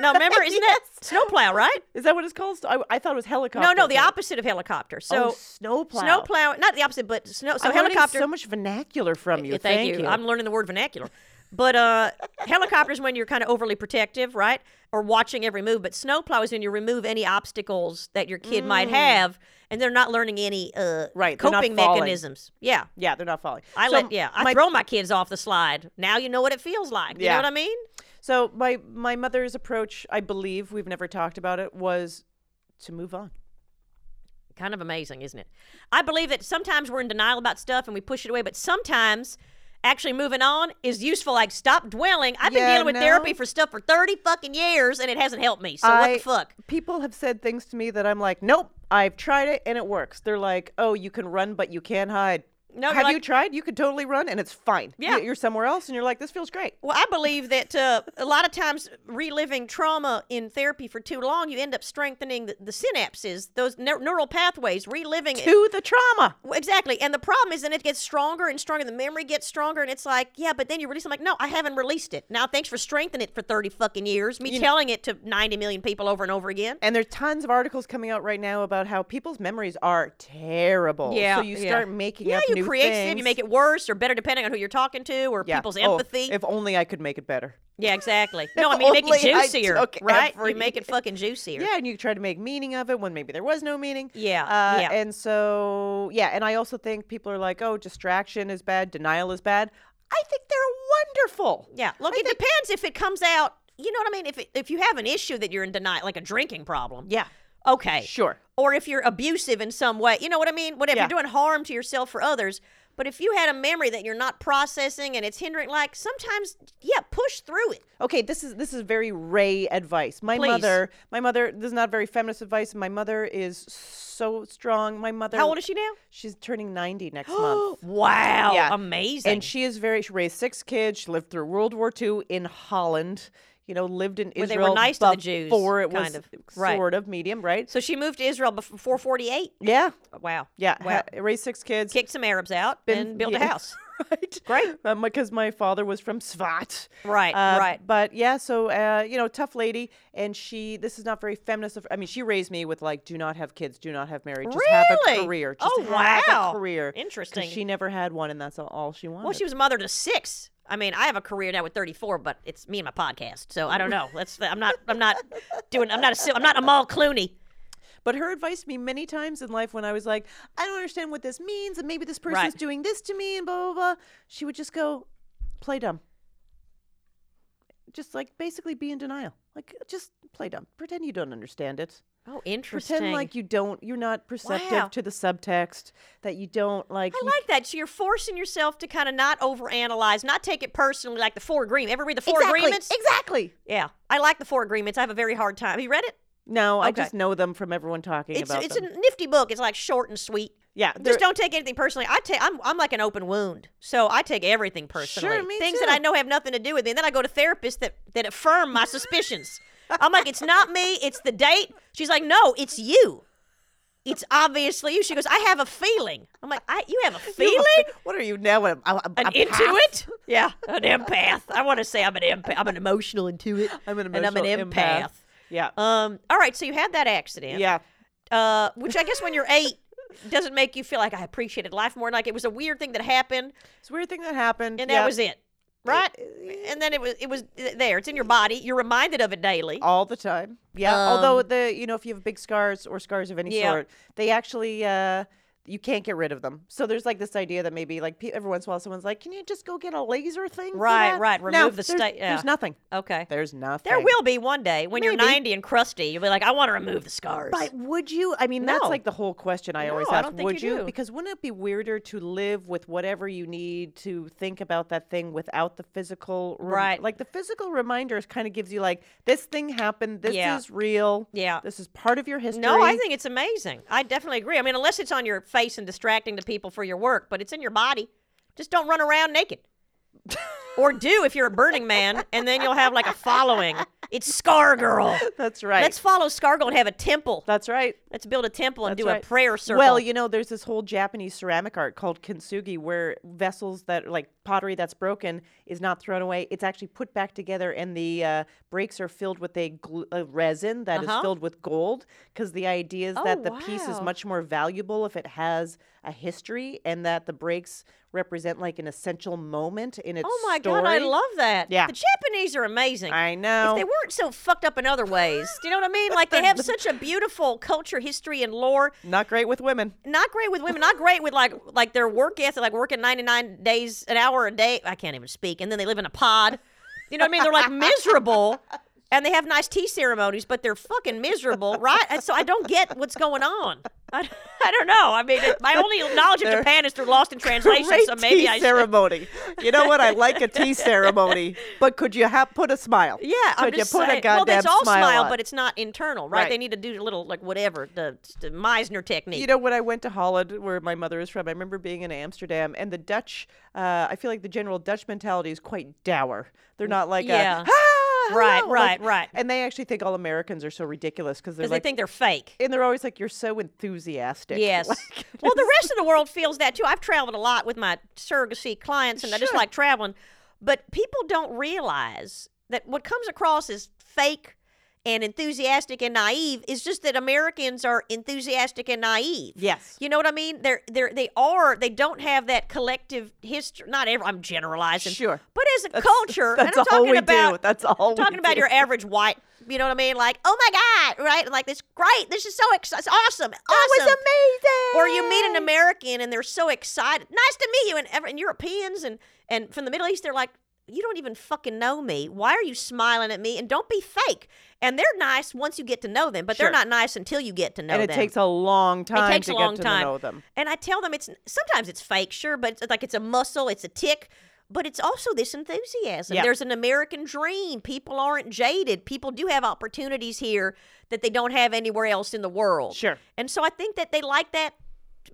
no? *laughs* Remember, isn't that snow plow? Right? is that what it's called? I, I thought it was helicopter. No, no, the but- opposite of helicopter. So oh, snowplow. snow plow, not the opposite, but snow. So I'm learning helicopter. So much vernacular from you. Yeah, Thank, you. I'm learning the word vernacular. But uh, helicopters when you're kind of overly protective, right? Or watching every move. But snowplow is when you remove any obstacles that your kid might have, and they're not learning any uh, Mm. Right, they're not coping falling. mechanisms. Yeah. yeah, they're not falling. I So let yeah. I my- throw my kids off the slide. Now you know what it feels like. You Yeah. know what I mean? So my my mother's approach, I believe we've never talked about it, was to move on. Kind of amazing, isn't it? I believe that sometimes we're in denial about stuff and we push it away, but sometimes actually moving on is useful. Like stop dwelling. I've been Yeah, dealing with no. therapy for stuff for thirty fucking years and it hasn't helped me. So what I- the fuck? People have said things to me that I'm like, nope, I've tried it and it works. They're like, oh, you can run, but you can't hide. No, you're have you like- tried? You could totally run and it's fine. Yeah. You- You're somewhere else and you're like, this feels great. Well, I believe that uh, a lot of times reliving trauma in therapy for too long, you end up strengthening the, the synapses, those neu- neural pathways, reliving it. To the trauma. Well, Exactly. And the problem is then it gets stronger and stronger. The memory gets stronger. And it's like, yeah, but then you release it. I'm like, no, I haven't released it. Now, thanks for strengthening it for 30 fucking years. Me telling it to 90 million people over and over again. And there's tons of articles coming out right now about how people's memories are terrible. Yeah, Oh, So you yeah. start making yeah, up you new create stuff, things. you make it worse or better depending on who you're talking to or Yeah. people's Oh, empathy. if only I could make it better. yeah, *laughs* exactly. No, I mean, you make it only I juicier, took right? every- You make it fucking juicier. Yeah, and you try to make meaning of it when maybe there was no meaning. Yeah, Uh, yeah. And so, yeah, and I also think people are like, oh, distraction is bad, denial is bad. I think they're wonderful. Yeah. Look, it depends if it comes out. You know what I mean? If it, if you have an issue that you're in denial, like a drinking problem. Yeah, Okay. sure. Or if you're abusive in some way. You know what I mean? Whatever. Yeah. You're doing harm to yourself or others. But if you had a memory that you're not processing and it's hindering, like sometimes, yeah, push through it. Okay, this is this is very Ray advice. My Please. mother, my mother, this is not very feminist advice. My mother is so strong. My mother. How old is she now? She's turning ninety *gasps* next month. *gasps* wow. Yeah. Amazing. And she is very. She raised six kids. She lived through World War II in Holland. You know, lived in Where Israel. they were nice to the Jews, before it kind was of. Right. sort of medium, right? so she moved to Israel before 48. Yeah, Wow. yeah. Wow. Ha- raised six kids. Kicked some Arabs out Been- and built a yeah. house. *laughs* right, Great. Because my father was from Svat. Right, Uh, right. But yeah, so uh, you know, tough lady, and she. This is not very feminist. Of, I mean, she raised me with like, do not have kids, do not have marriage, just have a Really? career, just Oh, have wow. a career. 'Cause Interesting. She never had one, and that's all she wanted. Well, she was a mother to six. I mean, I have a career now with 34, but it's me and my podcast, so I don't know. That's I'm not I'm not doing I'm not a sil- I'm not Amal Clooney. But her advice to me many times in life when I was like, I don't understand what this means, and maybe this person's Right. doing this to me, and blah, blah, blah. She would just go, play dumb. Just like basically be in denial. Like, just play dumb. Pretend you don't understand it. Oh, interesting. Pretend like you don't, you're not perceptive Wow. to the subtext, that you don't like. I you- like that. So you're forcing yourself to kind of not overanalyze, not take it personally, like the four agreements. Ever read the four exactly, agreements? Exactly. Yeah, I like the four agreements. I have a very hard time. Have you read it? No, I Okay. just know them from everyone talking It's about it's them. a nifty book. It's like short and sweet. yeah, they're- Just *laughs* don't take anything personally. I take I'm I'm like an open wound, so I take everything personally. me Things too. that I know have nothing to do with me, and then I go to therapists that that affirm my suspicions. I'm like, it's not me, it's the date. She's like, no, it's you. It's obviously you. She goes, I have a feeling. I'm like, I you have a You feeling. are- What are you now? A, a, a An a path? *laughs* intuit? Yeah, an empath. I want to say I'm an empath. I'm an emotional intuit. *laughs* I'm an and I'm an emotional empath. empath. Yeah. Um. All right. So you had that accident. yeah. uh, which I guess when you're *laughs* eight doesn't make you feel like I appreciated life more. Like it was a weird thing that happened, It's a weird thing that happened. and that Yep. was it, right? And then it was it was there. It's in your body. You're reminded of it daily. all the time. Yeah. Although the you know if you have big scars or scars of any Um, Yeah. sort, they actually uh, you can't get rid of them. So there's like this idea that maybe like pe- every once in a while someone's like, can you just go get a laser thing? for Right, that?" right, No, remove the there's- sta- yeah. Oh. There's nothing. Okay. There's nothing. There will be one day when you're Maybe. 90 and crusty. You'll be like, I want to remove the scars. But would you? I mean, that's No. like the whole question I always No, I ask. don't think would you you? do. Because wouldn't it be weirder to live with whatever you need to think about that thing without the physical? rem- Right. Like the physical reminder kind of gives you like this thing happened. This Yeah. is real. Yeah. This is part of your history. No, I think it's amazing. I definitely agree. I mean, unless it's on your face and distracting to people for your work, but it's in your body. Just don't run around naked. or do if you're a Burning Man, and then you'll have like a following. It's Scar Girl. *laughs* that's right. Let's follow Scar Girl and have a temple. That's right. Let's build a temple and That's do right. a prayer circle. Well, you know, there's this whole Japanese ceramic art called kintsugi, where vessels that like pottery that's broken is not thrown away; it's actually put back together, and the uh, breaks are filled with a, glu- a resin that is Uh-huh. filled with gold. Because the idea is Oh, that the piece is wow. much more valuable if it has a history, and that the breaks represent like an essential moment in its oh my story. God, I love that. Yeah. The Japanese are amazing. I if know. they weren't so fucked up in other ways, do you know what I mean? Like *laughs* they have such a beautiful culture, history, and lore. not great with women. not great with women. Not great with like like their work ethic, like working ninety nine days an hour a day. I can't even speak, and then they live in a pod. You know what I mean? They're like miserable, and they have nice tea ceremonies, but they're fucking miserable, right? And so I don't get what's going on. I, I don't know. I mean, it, my only knowledge of They're- Japan is through Lost in Translation, Great so maybe tea I should. ceremony. You know what? I like a *laughs* tea ceremony, but could you have put a smile? Yeah, could I'm just you put saying. a goddamn well, it's all smile, on? but it's not internal, right? Right. They need to do a little like whatever the, the Meisner technique. you know, when I went to Holland, where my mother is from, I remember being in Amsterdam, and the Dutch. Uh, I feel like the general Dutch mentality is quite dour. They're not like, a, yeah. "Ah, Right, hello," right, like- right. And they actually think all Americans are so ridiculous because they're because like, they think they're fake. and they're always like, "You're so *laughs* enthusiastic." Yes. Like, well, the rest of the world feels that too. I've traveled a lot with my surrogacy clients, and I just Sure. like traveling. But people don't realize that what comes across as fake and enthusiastic and naive is just that Americans are enthusiastic and naive. Yes. You know what I mean? They're they're they are they don't have that collective history. Not every, I'm generalizing. Sure. But as a culture, That's Er, and I'm all talking we about do. That's all. we talking about do. your average white. You know what I mean? Like, oh my God, right? Like, this great. This is so exciting. Awesome. Awesome. That was amazing. Or you meet an American and they're so excited. Nice to meet you. And, ever- and Europeans and, and from the Middle East, they're like, you don't even fucking know me. Why are you smiling at me? And don't be fake. And they're nice once you get to know them, but Sure. they're not nice until you get to know and it them. takes a long time takes a to long get to time. know them. And I tell them it's sometimes it's fake, sure, but it's like it's a muscle, it's a tick, but it's also this enthusiasm. Yeah. There's an American dream. People aren't jaded. People do have opportunities here that they don't have anywhere else in the world. Sure. And so I think that they like that.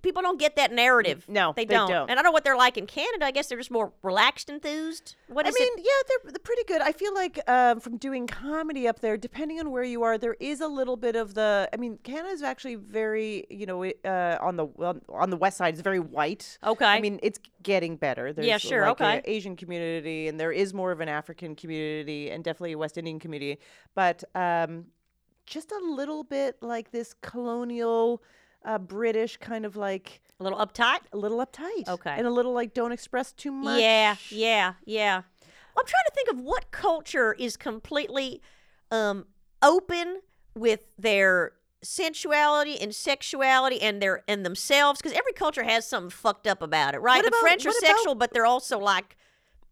People don't get that narrative. No, they, they don't. don't. And I don't know what they're like in Canada. I guess they're just more relaxed, enthused. What I is mean, it? yeah, they're, they're pretty good. I feel like um, from doing comedy up there, depending on where you are, there is a little bit of the. I mean, Canada's actually very, you know, it, uh, on the well, on the west side, it's very white. I Okay. mean, it's getting better. There's sure, like okay. a Asian community, and there is more of an African community, and definitely a West Indian community, but um, just a little bit like this colonial. Uh, British kind of like A little uptight. a little uptight, Okay. and a little like don't express too much. Yeah, yeah, yeah. I'm trying to think of what culture is completely um, open with their sensuality and sexuality and their and themselves because every culture has something fucked up about it, right? What the about- French are what about- sexual, but they're also like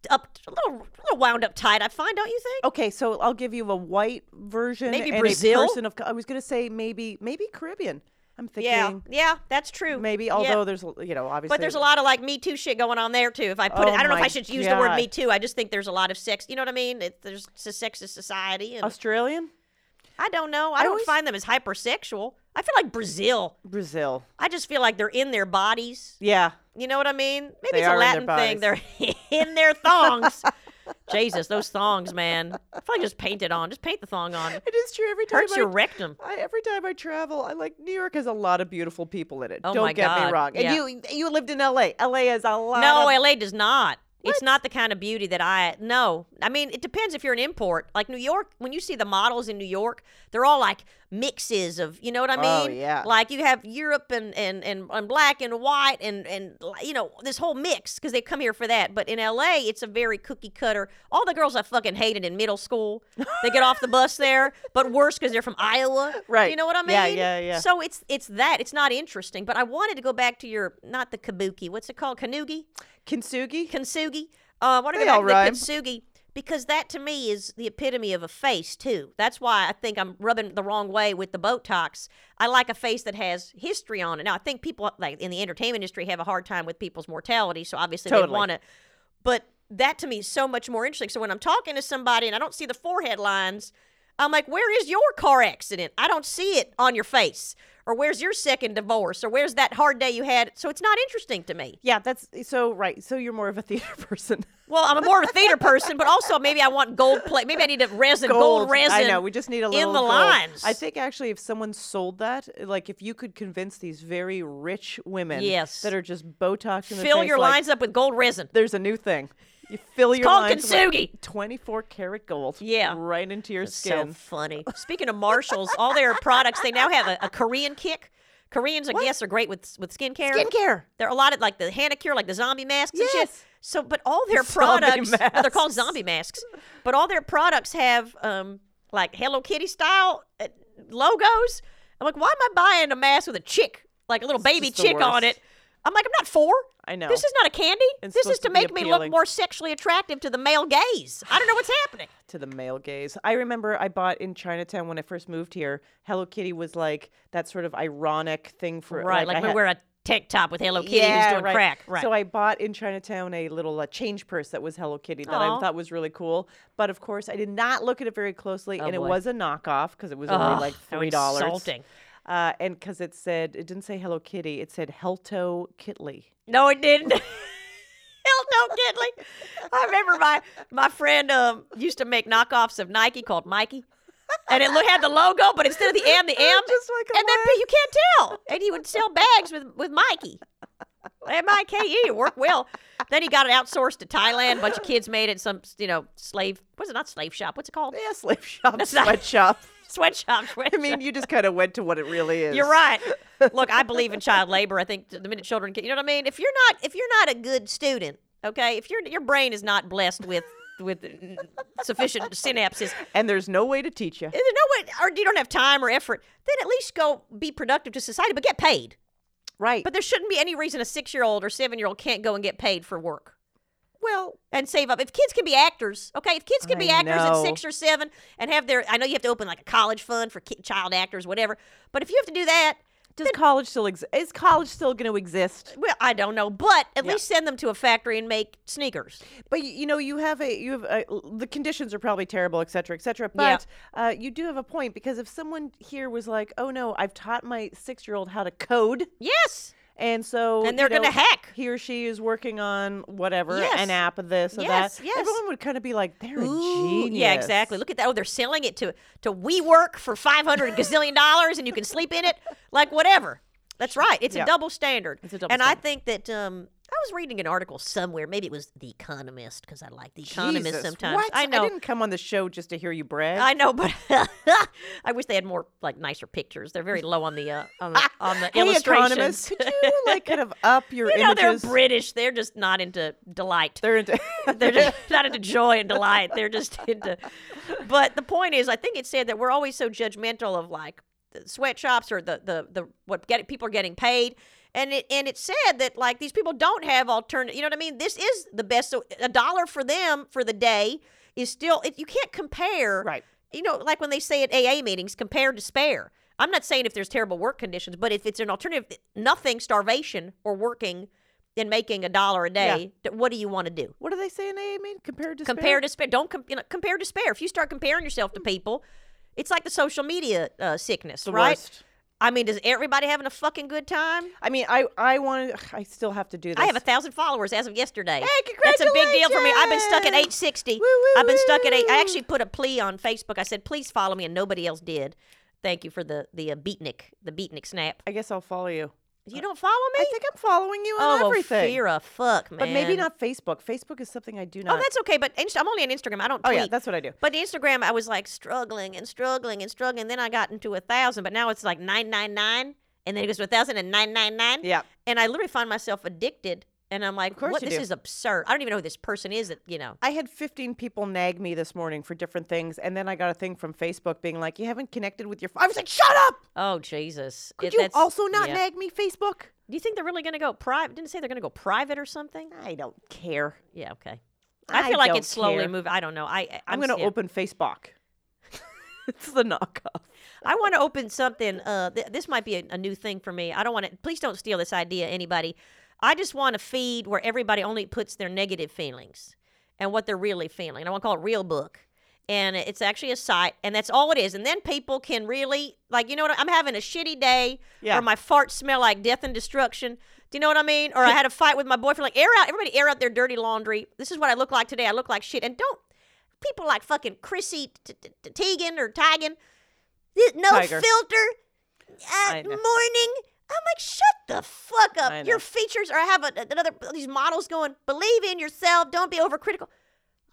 up a little, a little wound up tight. I find, don't you think? Okay, so I'll give you a white version. Maybe and a Brazil? person of co- I was gonna say maybe maybe Caribbean. I'm thinking yeah, yeah, that's true. Oh, maybe. Yeah. Although there's a- you know obviously. But there's a lot of like Me Too shit going on there too. If I put it, Oh I don't know if my I should use the word God. Me Too. I just think there's a lot of sex. You know what I mean? It, there's it's a sexist society. And Australian, I don't know. I, don't always- find them as hypersexual. I feel like Brazil. Brazil. I just feel like they're in their bodies. Yeah, You know what I mean? Maybe They it's a are Latin in their thing. They're *laughs* in their *laughs* thongs. Jesus, those thongs, man. I feel like just paint it on. Just paint the thong on. it is true. Every time Hurts I, your rectum. I every time I travel, I like New York has a lot of beautiful people in it. Oh Don't my get God, me wrong. yeah. And you you lived in L.A. L.A. has a lot. No, of, LA does not. It's not the kind of beauty that I no. I mean, it depends if you're an import. Like New York, when you see the models in New York, they're all like mixes of you know what I Oh, mean? yeah. Like you have Europe and and and, and black and white and and you know this whole mix because they come here for that. But in LA, it's a very cookie cutter. All the girls I fucking hated in middle school, they get off the bus there, but worse because they're from Iowa. *laughs* Right. You know what I mean? Yeah, yeah, yeah. So it's it's that. It's not interesting. But I wanted to go back to your not the kabuki. What's it called? Kanugi. Kintsugi? Kintsugi. Uh, what They all about the rhyme. kintsugi? Because that to me is the epitome of a face too. That's why I think I'm rubbing the wrong way with the Botox. I like a face that has history on it. Now I think people like in the entertainment industry have a hard time with people's mortality, so obviously they Totally. want to. But that to me is so much more interesting. So when I'm talking to somebody and I don't see the forehead lines, I'm like, "Where is your car accident? I don't see it on your face." Or where's your second divorce? Or where's that hard day you had? So it's not interesting to me. Yeah, that's so right. So you're more of a *laughs* theater person. Well, I'm a more of a theater person, but also maybe I want gold plate. Maybe I need a resin, gold, resin. I know. We just need a little in the gold. lines. I think actually, if someone sold that, like if you could convince these very rich women, Yes. that are just Botox in the fill face, your like, lines up with gold resin. There's a new thing. You fill your called lines kintsugi. with 24 karat gold. Yeah. right into your So skin. *laughs* funny. Speaking of Marshalls, all their products they now have a, a Korean kick. Koreans, I guess, are great with with skincare. Skincare. They're a lot of like the Hanacure, like the zombie masks and shit. Yes. So, but all their *laughs* Zombie products, well, they're called masks. zombie masks, but all their products have um, like Hello Kitty style uh, logos. I'm like, why am I buying a mask with a chick, like a little baby just the chick on worst. it? I'm like, I'm not for. I know. This is not a candy. It's this is supposed to to be make me look appealing. more sexually attractive to the male gaze. I don't know what's happening. to the male gaze. I remember I bought in Chinatown when I first moved here. Hello Kitty was like that sort of ironic thing for Right, like, I we had- wear a tank top with Hello Kitty who's doing crack. Right. So I bought in Chinatown a little uh, change purse that was Hello Kitty that Aw. I thought was really cool. But of course, I did not look at it very closely, and Oh, boy. it was a knockoff because it was only like how three dollars. insulting. Uh, and because it said it didn't say Hello Kitty, it said Helto *laughs* Kitley. No, it didn't. Hell no, Kitley. I remember my my friend um, used to make knockoffs of Nike called Mikey. And it looked had the logo, but instead of the *laughs* M, the M, Just like a and then P, you can't tell. And he would sell bags with with Mikey, M I K E. It worked well. Then he got it outsourced to Thailand. A bunch of kids made it. Some you know slave was it not slave shop? What's it *laughs* called? *laughs* Yeah, slave shop, not- sweatshop. Sweatshop. sweatshop. I mean, you just kind of went to what it really is. You're right. *laughs* Look, I believe in child labor. I think the minute children get, you know what I mean. If you're not, if you're not a good student, okay, if your your brain is not blessed with with *laughs* sufficient synapses, And there's no way to teach you. and there's no way, or you don't have time or effort, then at least go be productive to society, but get paid. right. But there shouldn't be any reason a six year old or seven year old can't go and get paid for work well, and save up. If kids can be actors, okay, if kids can be I actors at know. six or seven and have their, I know you have to open like a college fund for ki- child actors, whatever. But if you have to do that, does college still exist? Is college still going to exist? Well, I don't know, but at Yeah. least send them to a factory and make sneakers. But y- you know, you have a you have a, l- the conditions are probably terrible, et cetera, et cetera. But uh, you do have a point because if someone here was like, "Oh no, I've taught my six year old how to code," Yes. and so And they're you know, gonna hack. he or she is working on whatever Yes. an app of this or Yes, that, yes. everyone would kind of be like, "They're a Ooh, genius." yeah, exactly. Look at that. Oh, they're selling it to to WeWork for five hundred gazillion dollars, and you can sleep in it, like whatever. That's right. It's a Yeah. double standard. It's a double and I standard. think that um, I was reading an article somewhere. Maybe it was The Economist because I like The Economist Jesus, sometimes. What? I know. didn't come on the show just to hear you brag. I know, but *laughs* I wish they had more like nicer pictures. They're very low on the uh, on the, on the *laughs* hey, illustrations. economist, *laughs* could you like kind of up *laughs* your you know, images? they're British. They're just not into delight. They're into. *laughs* *laughs* They're just not into joy and delight. They're just *laughs* into. But the point is, I think it said that we're always so judgmental of like the sweatshops or the the the what get people are getting paid, and it and it said that like these people don't have alternative. You know what I mean? This is the best. So a dollar for them for the day is still. It, you can't compare. Right. You know, like when they say at AA meetings, compare to spare. I'm not saying if there's terrible work conditions, but if it's an alternative, nothing, starvation or working and making a dollar a Yeah. day, th- what do you want to do? What do they say in AA mean? Compared to compare despair. Don't com- you know, compare despair. If you start comparing yourself to people, it's like the social media uh, sickness, The right? worst. I mean, does everybody having a fucking good time? I mean, I I want to. I still have to do this. I have a thousand followers as of yesterday. That's a big deal for me. I've been stuck at congratulations! 860. Woo, woo, I've been stuck at eight. I woo. actually put a plea on Facebook. I said, please follow me, and nobody else did. Thank you for the the uh, beatnik, the beatnik snap. I guess I'll follow you. You don't follow me? Uh, I think I'm following you on oh, everything. Well, fear of fuck, man. but maybe not Facebook. Facebook is something I do not. Oh, that's okay. But Inst- I'm only on Instagram. I don't. Oh, Tweet. yeah, that's what I do. But Instagram, I was like struggling and struggling and struggling. Then I got into a thousand, but now it's like nine nine nine, and then it goes to a thousand and nine nine nine. Yeah. And I literally find myself addicted, and I'm like, course what? you This do. is absurd. I don't even know who this person is. That you know. I had 15 people nag me this morning for different things, and then I got a thing from Facebook being like, "You haven't connected with your." F-. I was like, "Shut up! Oh Jesus! Could It- you that's- also not yeah. nag me, Facebook?" Do you think they're really going to go private? Didn't say they're going to go private or something. I don't care. Yeah. Okay. I I feel like don't it's slowly care. moving. I don't know. I I- I'm, I'm going to yeah. *laughs* open Facebook. it's the knockoff. I want to open something. Uh, th- this might be a, a new thing for me. I don't want to. Please don't steal this idea, anybody. I just want a feed where everybody only puts their negative feelings and what they're really feeling. And I want to call it Real Book. And it's actually a site, and that's all it is. And then people can really, like, you know what? I'm having a shitty day, Yeah. or my farts smell like death and destruction. Do you know what I mean? Or I had a fight with my boyfriend. Like, air out, everybody air out their dirty laundry. This is what I look like today. I look like shit. And don't, people like fucking Chrissy T- T- T- Teigen or Tigan, Th- no Tiger. filter I at know. morning. I'm like, shut the fuck I up. Your know. features are. I have a, another these models going. Believe in yourself. Don't be overcritical.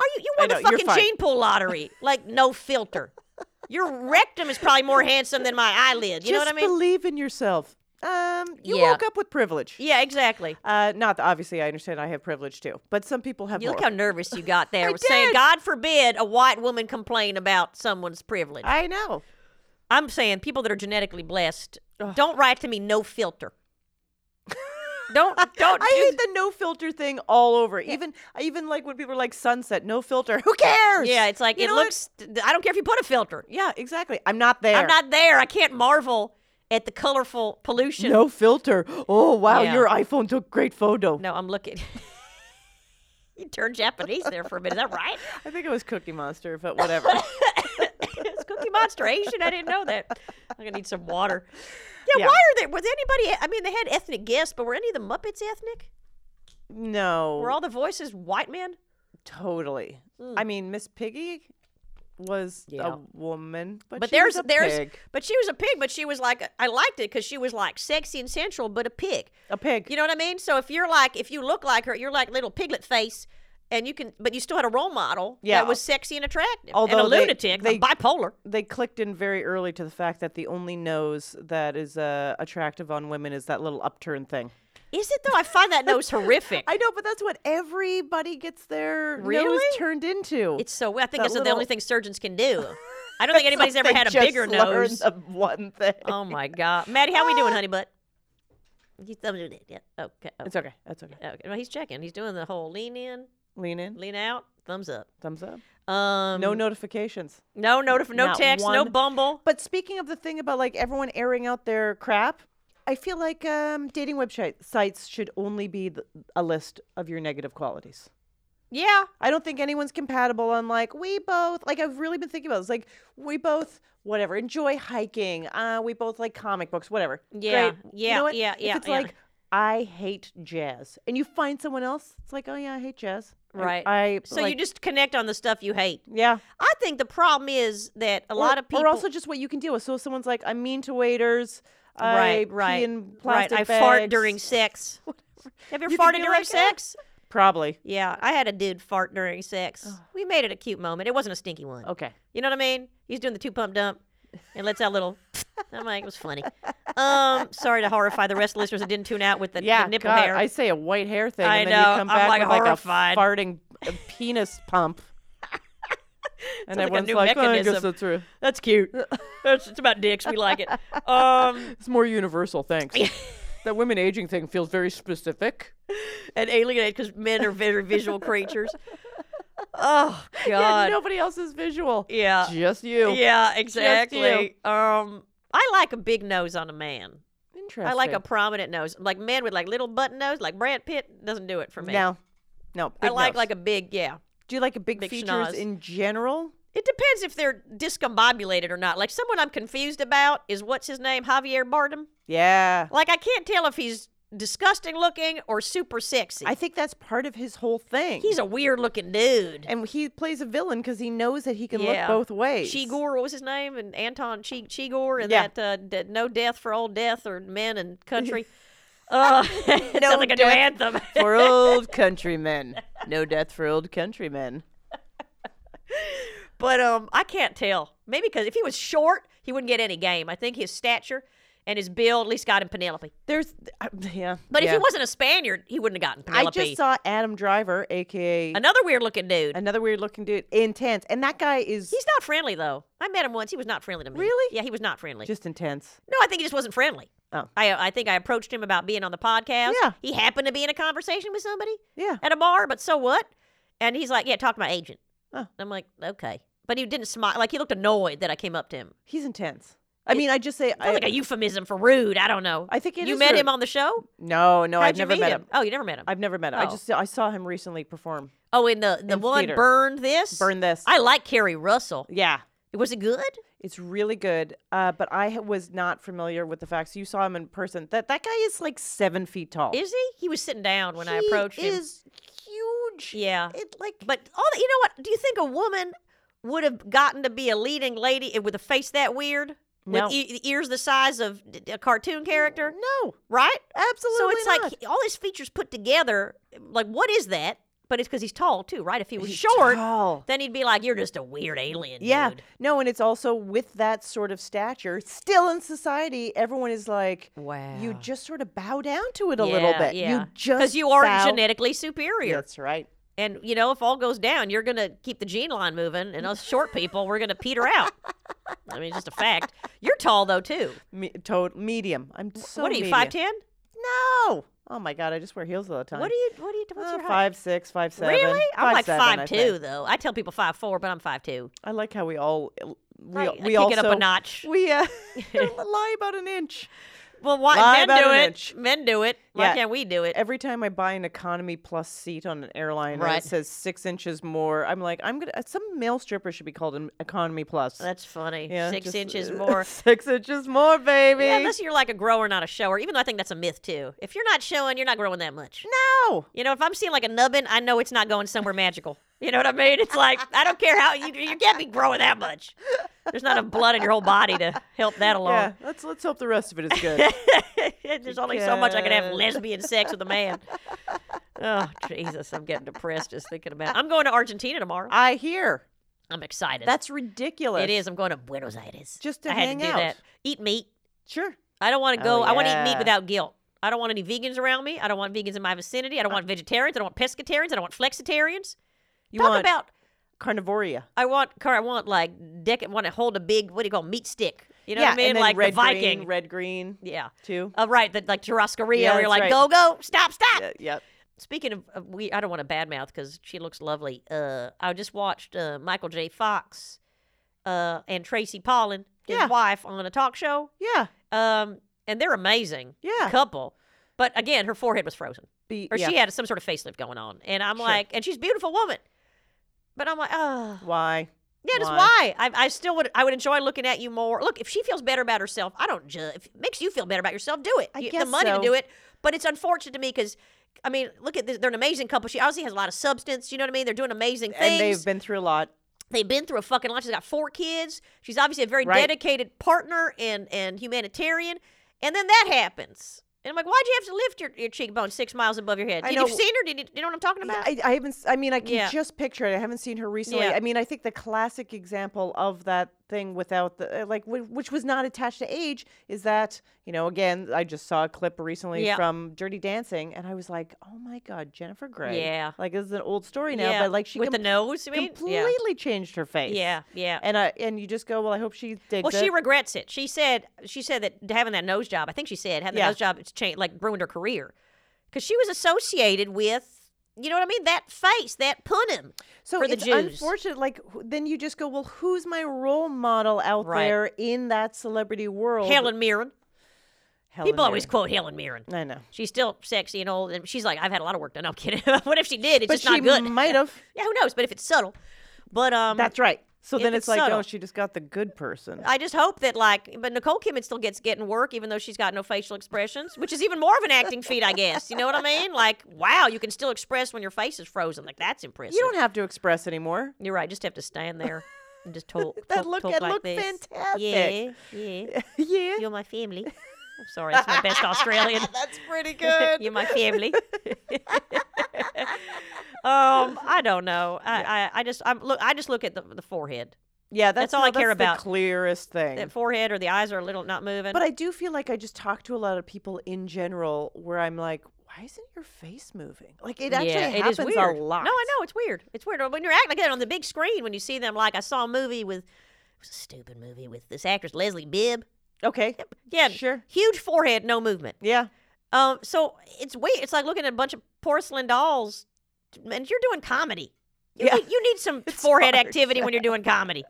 Are you? You I won the know, you're fucking fine. gene pool *laughs* lottery. like no filter. Your rectum is probably more handsome than my eyelid. You know Just what I mean? believe in yourself. Um, you Yeah. woke up with privilege. yeah, exactly. Uh, not that, obviously. I understand I have privilege too, but some people have You more. look how nervous you *laughs* got there. I with saying, did. God forbid a white woman complain about someone's privilege. I know. I'm saying people that are genetically blessed don't write to me no *laughs* filter. don't don't I do hate the no filter thing all over. Even I even like when people are like sunset, no filter. *laughs* Who cares? Yeah, it's like You it know what? looks. I don't care if you put a filter. Yeah, exactly. I'm not there. I'm not there. I can't marvel at the colorful pollution. No filter. Oh wow, Yeah. your iPhone took great photo. No, I'm looking. *laughs* you turned Japanese there for a minute. Is that right? *laughs* I think it was Cookie Monster, but whatever. it's Cookie Monster Asian. I didn't know that. I'm gonna need some water. Yeah, Yeah. Why are they? Was anybody? I mean, they had ethnic guests, but were any of the Muppets ethnic? no, Were all the voices white men? totally. I mean, Miss Piggy was Yeah. a woman, but, But she was there's a there's pig. but she was a pig, but she was like I liked it because she was like sexy and sensual, but a pig. a pig. You know what I mean? So if you're like, if you look like her, you're like little piglet face, and you can, but you still had a role model Yeah. that was sexy and attractive. and Although a they- lunatic, they- a bipolar. they clicked in very early to the fact that the only nose that is uh, attractive on women is that little upturned thing. Is it though? I find that *laughs* nose horrific. I know, but that's what everybody gets their nose Really? turned into. it's so. I think that that's the only little- thing surgeons can do. I *laughs* don't think anybody's ever They had a just bigger learned nose. the one thing. Oh my god, Maddie, how we doing, honey? But you thumbs it. Yeah. Okay. It's okay. okay. That's okay. okay. Well, he's checking. He's doing the whole lean in, Lean in. lean out, thumbs up. Thumbs up. Um, No notifications. no, notif- no not text, no one- Bumble. But speaking of the thing about like everyone airing out their crap, I feel like um, dating website sites should only be the, a list of your negative qualities. Yeah. I don't think anyone's compatible on like we both like I've really been thinking about this. Like we both whatever enjoy hiking. Uh, we both like comic books. Whatever. Yeah, Great. You yeah, know what? yeah, If yeah, it's yeah. like I hate jazz, and you find someone else, it's like oh yeah, I hate jazz. I- Right. I, So you like- just connect on the stuff you hate. yeah. I think the problem is that a lot Or- of people or also just what you can deal with. So if someone's like I'm mean to waiters. I right, pee right, in right. plastic I fart bags. during *laughs* sex. Have you, You can farted be during like, "Eh." sex? Probably. Yeah, I had a dude fart during sex. We made it a cute moment. It wasn't a stinky one. Okay. You know what I mean? He's doing the two pump dump and lets out a little. *laughs* I'm like, it was funny. Um, sorry to horrify the rest of the listeners that didn't tune out with the, the Yeah, nipple God, hair. I say a white hair thing, I and then know, you come I'm, back like, with horrified. like a farting uh, penis *laughs* pump. and Sounds like a everyone's new like, "Oh, I mechanism." guess that's true. That's *laughs* cute. That's it's about dicks. We like it. Um, It's more *laughs* universal, thanks. that women aging thing feels very specific. and alienated because men are very visual *laughs* creatures. Oh God. Yeah, nobody else is visual. Yeah. Just you. Yeah, you. exactly. Um, I like a big nose on a man. Interesting. I like a prominent nose, like men with like little button nose, like Brad Pitt doesn't do it for me. No. No. I big like nose. like a big yeah. Do you like a big, big features schnoz. in general? It depends if they're discombobulated or not. Like someone I'm confused about is what's his name, Javier Bardem. Yeah. Like I can't tell if he's disgusting looking or super sexy. I think that's part of his whole thing. he's a weird looking dude. and he plays a villain because he knows that he can Yeah. look both ways. Chigor, what was his name? And Anton Chi- Chigor, and Yeah. *laughs* that uh, d- No Death for Old Death or Men and Country. Uh, *laughs* it sounds like a new death. anthem. *laughs* for old countrymen. No death for old countrymen. But um, I can't tell. Maybe because if he was short, he wouldn't get any game. I think his stature and his build at least got him Penelope. There's, uh, yeah. But if yeah. he wasn't a Spaniard, he wouldn't have gotten I Penelope. just saw Adam Driver, aka Another weird looking dude. another weird looking dude, intense, and that guy is He's not friendly though. I met him once. He was not friendly to me. Really? Yeah, he was not friendly. just intense. no, I think he just wasn't friendly. Oh. I I think I approached him about being on the podcast. Yeah. He happened to be in a conversation with somebody Yeah, at a bar, but so what? And he's like, "Yeah, talk to my agent." Oh. I'm like, "Okay." But he didn't smile. Like he looked annoyed that I came up to him. he's intense. I mean, I just say Sounds like a I euphemism for rude. I don't know. I think it you is met rude. him on the show. no, no, How'd I've you never meet met him. Oh, you never met him. I've never met him. I Oh. just I saw him recently perform. oh, and the the In one theater. burned this. Burn this. I like Carrie Russell. yeah, Was it good? it's really good. Uh, but I ha- was not familiar with the facts. You saw him in person. That that guy is like seven feet tall. Is he? He was sitting down when I He approached him. is huge. Yeah. It like But all the, you know what? Do you think a woman would have gotten to be a leading lady with a face that weird, No. with e- ears the size of d- a cartoon character, no, right? absolutely. so it's not. like he- all his features put together. Like, what is that? But it's because he's tall too, right? If he was He's short, tall. then he'd be like, "You're just a weird alien." Yeah. dude." No, and it's also with that sort of stature, still in society, everyone is like, You Wow. just sort of bow down to it a little Yeah, bit. yeah. You just because you are bow- genetically superior. That's right. And you know, if all goes down, you're gonna keep the gene line moving, and us short people, we're gonna peter out. I mean, it's just a fact. You're tall though too. Me- to- medium. I'm so what are you, medium. five ten? No. Oh my god, I just wear heels all the time. What are you? What are you? What's Uh, your height? five six, five seven. Really? I'm like seven, I five think. two though. I tell people five four, but I'm five two. I like how we all we Right, I we kick also it up a notch. *laughs* We uh, *laughs* lie about an inch. Well, why Lie men about do an it? inch. Men do it. Why Yeah. can't we do it? every time I buy an economy plus seat on an airline and Right. it says six inches more, I'm like, I'm gonna. uh, Some male stripper should be called an economy plus. That's funny. Yeah, Six just, inches uh, more. *laughs* six inches more, baby. Yeah, unless you're like a grower, not a shower. Even though I think that's a myth too. If you're not showing, you're not growing that much. no. You know, if I'm seeing like a nubbin, I know it's not going somewhere magical. You know what I mean? It's like I don't care how you you can't be growing that much. There's not enough blood in your whole body to help that Yeah, along. *laughs* let's let's hope the rest of it is good. There's only so much I can have Because- lesbian sex with a *laughs* man. Oh Jesus, I'm getting depressed just thinking about. It. I'm going to Argentina tomorrow. I hear I'm excited. that's ridiculous. it is. I'm going to Buenos Aires. Just to I had hang to do out. that. Eat meat. sure. I don't want to Oh, go. I want to eat meat yeah. without guilt. I don't want any vegans around me. I don't want vegans in my vicinity. I Uh, don't want vegetarians. I don't want pescatarians. I don't want flexitarians. You Talk want about carnivoria? I want car. I want like deck. Want to hold a big what do you call it, meat stick? You know yeah, what I mean? and then like red the Viking. green, red green yeah. *laughs* too. Oh, right. The, like Churrascaria, Yeah, where you're that's like, right. go, go, stop, stop. Yeah, yep. Speaking of, of we, I don't want to badmouth because she looks lovely. Uh, I just watched uh, Michael J. Fox, uh, and Tracy Pollan, his Yeah. wife, on a talk show. Yeah. Um, and they're amazing. Yeah. Couple. But again, her forehead was frozen Be- or yeah. she had some sort of facelift going on. And I'm Sure. like, and she's a beautiful woman. But I'm like, oh. Why? Yeah, that's why Why? I, I still would. I would enjoy looking at you more. Look, if she feels better about herself, I don't judge. If it makes you feel better about yourself, do it. I You have guess the money so. to do it, but it's unfortunate to me because, I mean, look at this. They're an amazing couple. She obviously has a lot of substance. You know what I mean? They're doing amazing things. And they've been through a lot. They've been through a fucking lot. She's got four kids. She's obviously a very Right. dedicated partner and and humanitarian. And then that happens. And I'm like, why'd you have to lift your, your cheekbone six miles above your head? I Did know. you seen her? Did you, you know what I'm talking Yeah, about? I, I haven't. s- I mean, I can Yeah. just picture it. I haven't seen her recently. Yeah. I mean, I think the classic example of that thing without the uh, like, w- which was not attached to age, is that you know. Again, I just saw a clip recently Yeah. from Dirty Dancing, and I was like, oh my god, Jennifer Grey. Yeah. Like this is an old story now, Yeah. but like she with the com- nose, you mean? Yeah. completely changed her face. Yeah, yeah. And I and you just go, well, I hope she digs Well, she it." regrets it. She said she said that having that nose job. I think she said having Yeah. that nose job it's changed, like ruined her career because she was associated with you know what I mean that face that punim. so for the it's Jews. unfortunate. Like wh- then you just go, well, who's my role model out Right. there in that celebrity world? Helen Mirren. Helen People always Mirren. quote Helen Mirren. I know. She's still sexy and old, and she's like, I've had a lot of work done. No, I'm kidding. *laughs* what if she did? It's but just she not good. *laughs* might have. yeah, who knows? But if it's subtle, but um, That's right. So If then it's it's, like, subtle. Uh, oh, she just got the good person. I just hope that like, but Nicole Kidman still gets getting work even though she's got no facial expressions, which is even more of an acting feat, I guess. You know what I mean? Like, wow, you can still express when your face is frozen. Like that's impressive. you don't have to express anymore. You're right. Just have to stand there and just talk. *laughs* That talk, look- talk that like looked this. fantastic. Yeah, yeah. *laughs* yeah. *laughs* You're my family. I'm sorry, that's my best Australian. That's *laughs* pretty good. You're my *laughs* family. um, I don't know. I, I, I just I'm look. I just look at the, the forehead. Yeah, That's that's, all no, I care that's about. The clearest thing. That forehead or the eyes are a little not moving. Mm. But I do feel like I just talk to a lot of people in general where I'm like, why isn't your face moving? Like it actually yeah, happens it is a weird. lot. No, I know it's weird. It's weird when you're acting like that on the big screen when you see them. Like I saw a movie with it was a stupid movie with this actress Leslie Bibb. know. Okay. Yeah, Sure. Huge forehead, no movement. Yeah. Um, so it's weird. It's like looking at a bunch of porcelain dolls, and you're doing comedy. You, Yeah. need, you need *laughs* some forehead hard. activity when you're *laughs* doing comedy.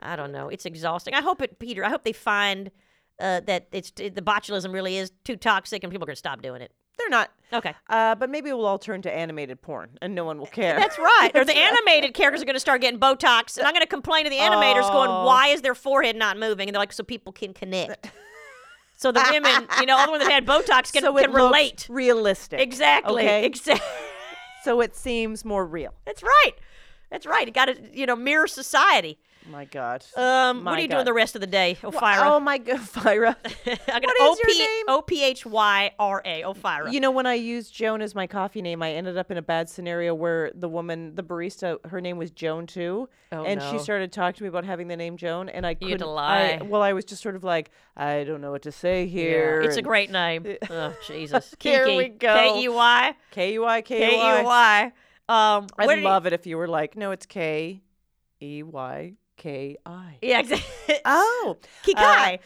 I don't know. It's exhausting. I hope it, Peter. I hope they find uh, that it's the botulism really is too toxic, and people are gonna stop doing it. They're not. Okay, Uh, but maybe we'll all turn to animated porn and no one will care. that's right. or the animated characters are gonna start getting Botox, and I'm gonna complain to the animators, going, Oh. "Why is their forehead not moving?" And they're like, "So people can connect." so the women, you know, all the ones that had Botox can, *laughs* *laughs* so it can looks relate. realistic. Exactly. Okay? Exactly. so it seems more real. That's right. That's right. It got to you know mirror society. My God. Um, what My are you doing God. the rest of the day, Wha- Ophira? Oh my God, *laughs* Fyra. *laughs* I got what is your name? O P H Y R A. Ophira. You know, when I used Joan as my coffee name, I ended up in a bad scenario where the woman, the barista, her name was Joan too, Oh, and no. she started talking to me about having the name Joan, and I You had couldn't. to I, lie. well, I was just sort of like, I don't know what to say here. Yeah, it's a and great *laughs* name. oh Jesus, Kiki. There we go. K E Y K U I K K E U I. Y. Um, I'd where do you- love it if you were like, no, it's K E Y K I. *laughs* Yeah, exactly. *laughs* Oh, Kikai.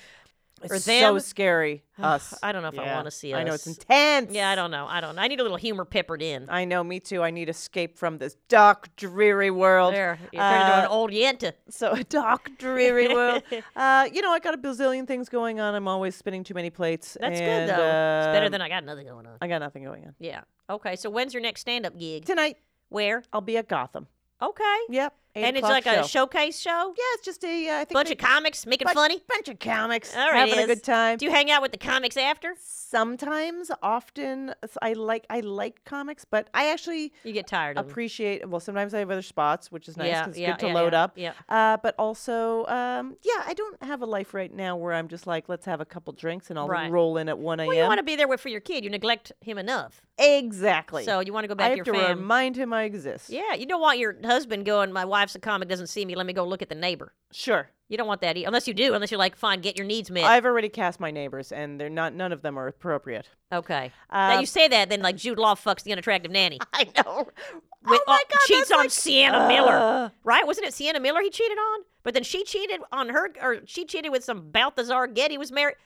or it's them. so scary. Us. *sighs* I don't know if I Yeah. want to see. Us. I know it's intense. Yeah, I don't know. I don't. know. I need a little humor peppered in. I know, me too. I need escape from this dark, dreary world. There, you're turning into Uh, an old yenta. So *laughs* a dark, dreary world. *laughs* Uh, you know, I got a bazillion things going on. I'm always spinning too many plates. That's and, good though. it's better um, than I got nothing going on. I got nothing going on Yeah. Okay. So when's your next stand-up gig? tonight. Where? I'll be at Gotham. Okay. Yep. eight and it's o'clock like a showcase show. Yeah, it's just a uh, I think bunch they- of comics making bunch- funny. bunch of comics All right, having is. a good time. Do you hang out with the comics after? Sometimes, often, s- I like I like comics, but I actually You get tired of them. appreciate. Well, sometimes I have other spots, which is nice. Yeah, 'cause it's yeah, good to yeah, load yeah, up. yeah. Uh, but also, um, yeah, I don't have a life right now where I'm just like, let's have a couple drinks and I'll Right. roll in at one a.m. Well, you want to be there with for your kid. You neglect him enough, Exactly. so you want to go I back to have your to fam. remind him I exist. yeah, you don't want your husband going. My wife's a comic, doesn't see me. Let me go look at the neighbor. Sure. You don't want that, e- unless you do. Unless you're like, fine, get your needs met. I've already cast my neighbors, and they're not. None of them are *laughs* appropriate. okay. now Uh, you say that, then like Jude Law fucks the unattractive *laughs* nanny. I know. With- oh my uh, god, cheats that's on like- Sienna Miller, Ugh. right? Wasn't it Sienna Miller he cheated on? But then she cheated on her, or she cheated with some Balthazar Getty was married.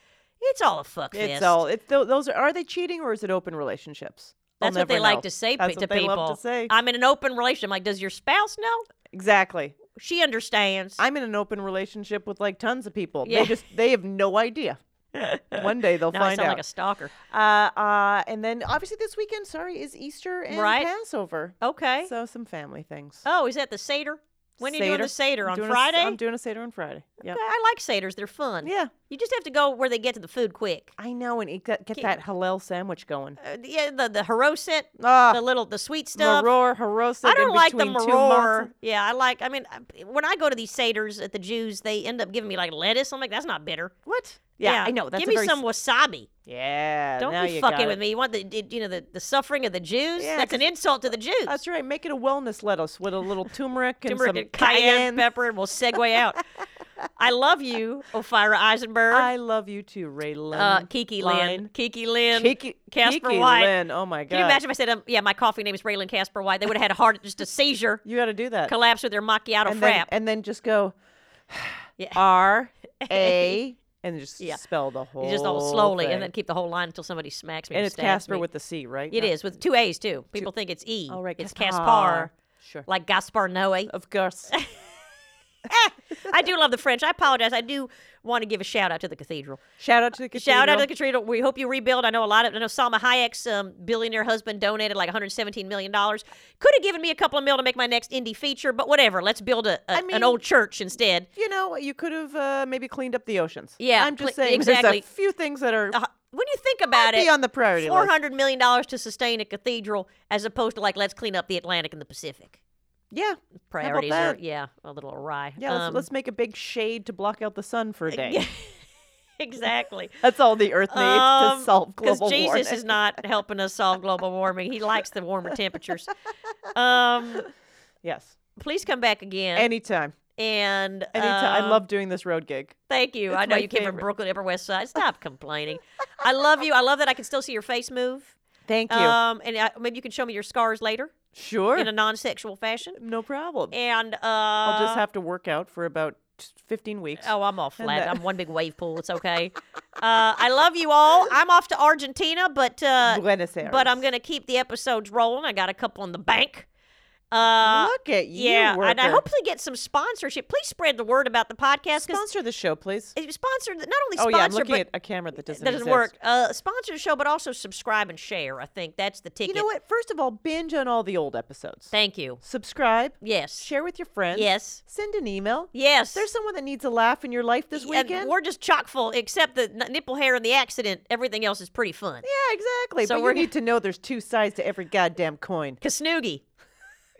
It's all a fuck It's fest. all. It, tho- those are. Are they cheating or is it open relationships? I'll That's what they never like know. to say pe- That's to what they people. love to say. I'm in an open relationship. I'm like, does your spouse know? exactly. She understands. I'm in an open relationship with like tons of people. Yeah. They just they have no idea. One day *laughs* they'll now I find sound out. like a stalker. uh, uh, and then obviously this weekend, sorry, is Easter and Right. Passover. Okay. So some family things. oh, is that the Seder? When are you doing the Seder? On Doing a s- Friday? I'm doing a Seder on Friday. Yep. Okay, I like Seders. They're fun. Yeah. You just have to go where they get to the food quick. I know, and eat that, get Ki- that halal sandwich going. Uh, yeah, the, the Haroset, Ah, the little, the sweet stuff. maror, harosik. I don't in like the between two maror. matzah- Yeah, I like. I mean, I- when I go to these seders at the Jews, they end up giving me like lettuce. I'm like, that's not bitter. What? Yeah, I know. That's give a me very some s- wasabi. Yeah. Don't Uh, now be you fucking got with it. me. You want the did- you know the, the suffering of the Jews? Yeah, That's an insult to the Jews. That's right. Make it a wellness lettuce with a little turmeric and Turmeric some and cayenne, pepper, and we'll segue *laughs* out. I love you, Ophira Eisenberg, I love you too, Ray Lynn. uh, Kiki Lynn, Line. Kiki Lynn, Kiki, Casper Kiki White. Lynn. Oh my god. Can you imagine if I said, um, yeah, my coffee name is Raylan Casper White? They would have had a heart, just a *laughs* seizure, You got to do that. collapse with their macchiato and then, frap. and then just go Yeah. *sighs* R A and *laughs* just Yeah. spell the whole. You just all slowly, thing. and then keep the whole line until somebody smacks me. Oh, and or it's stabs Casper me. with the C, right? It No. is with two A's too. People think it's E. All right, it's Caspar. Caspar, Sure. like Gaspar Noé. *laughs* Of course. I do love the French. I apologize. I do want to give a shout out to the cathedral. Shout out to the cathedral. Shout out to the cathedral. We hope you rebuild. I know a lot of. I know Salma Hayek's um, billionaire husband donated like 117 million dollars. Could have given me a couple of mil to make my next indie feature, but whatever. Let's build a, a- an mean- old church instead. You know, you could have uh, maybe cleaned up the oceans. Yeah, I'm just cle- saying *laughs* exactly. there's a few things that are Uh, when you think about be it, on the priority four list. hundred million dollars to sustain a cathedral, as opposed to like let's clean up the Atlantic and the Pacific. Yeah. Priorities are that? yeah a little awry. Yeah, let's, Um, let's make a big shade to block out the sun for a day. *laughs* exactly. That's all the Earth needs to solve global Because Um, Jesus warming. is not helping us solve global warming. He likes the warmer temperatures. Um, yes. please come back again. Anytime. and Anytime. I um, love doing this road gig. Thank you. It's I know my you came from favorite. Brooklyn, Upper West Side. Stop complaining. I love you. I love that I can still see your face move. Thank you. Um, and I, maybe you can show me your scars later sure. in a non-sexual fashion. no problem. And uh, I'll just have to work out for about 15 weeks. Oh, I'm all And uh, flat. that- I'm one big wave pool. It's okay. uh, I love you all. I'm off to Argentina, but uh, Buenos Aires. but I'm gonna keep the episodes rolling. I got a couple in the bank. Uh, Look at you. yeah, and I worker. hopefully get some sponsorship. Please spread the word about the podcast because sponsor the show, please. sponsor not only Oh sponsor yeah, I'm looking but at a camera that doesn't. doesn't exist. work. Uh, sponsor the show, but also subscribe and share. I think that's the You ticket. know what? First of all, binge on all the old episodes. Thank you. Subscribe. Yes. Share with your friends. Yes. Send an email. Yes. There's someone that needs a laugh in your life this And weekend. we're just chock full, except the n- nipple hair and the accident. Everything else is pretty fun. yeah, exactly. So but we're- you need to know there's two sides to every *laughs* goddamn coin. *laughs* Kasnoogie.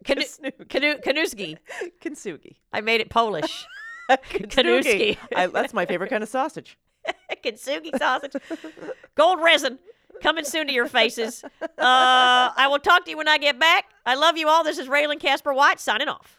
Kanu- Kanu- Kanuski. Kintsugi. I made it Polish. *laughs* Kintsugi. Kintsugi. I, that's my favorite kind of sausage. *laughs* Kintsugi sausage. Gold resin. Coming soon to your faces. Uh, I will talk to you when I get back. I love you all. This is Raylan Casper White signing off.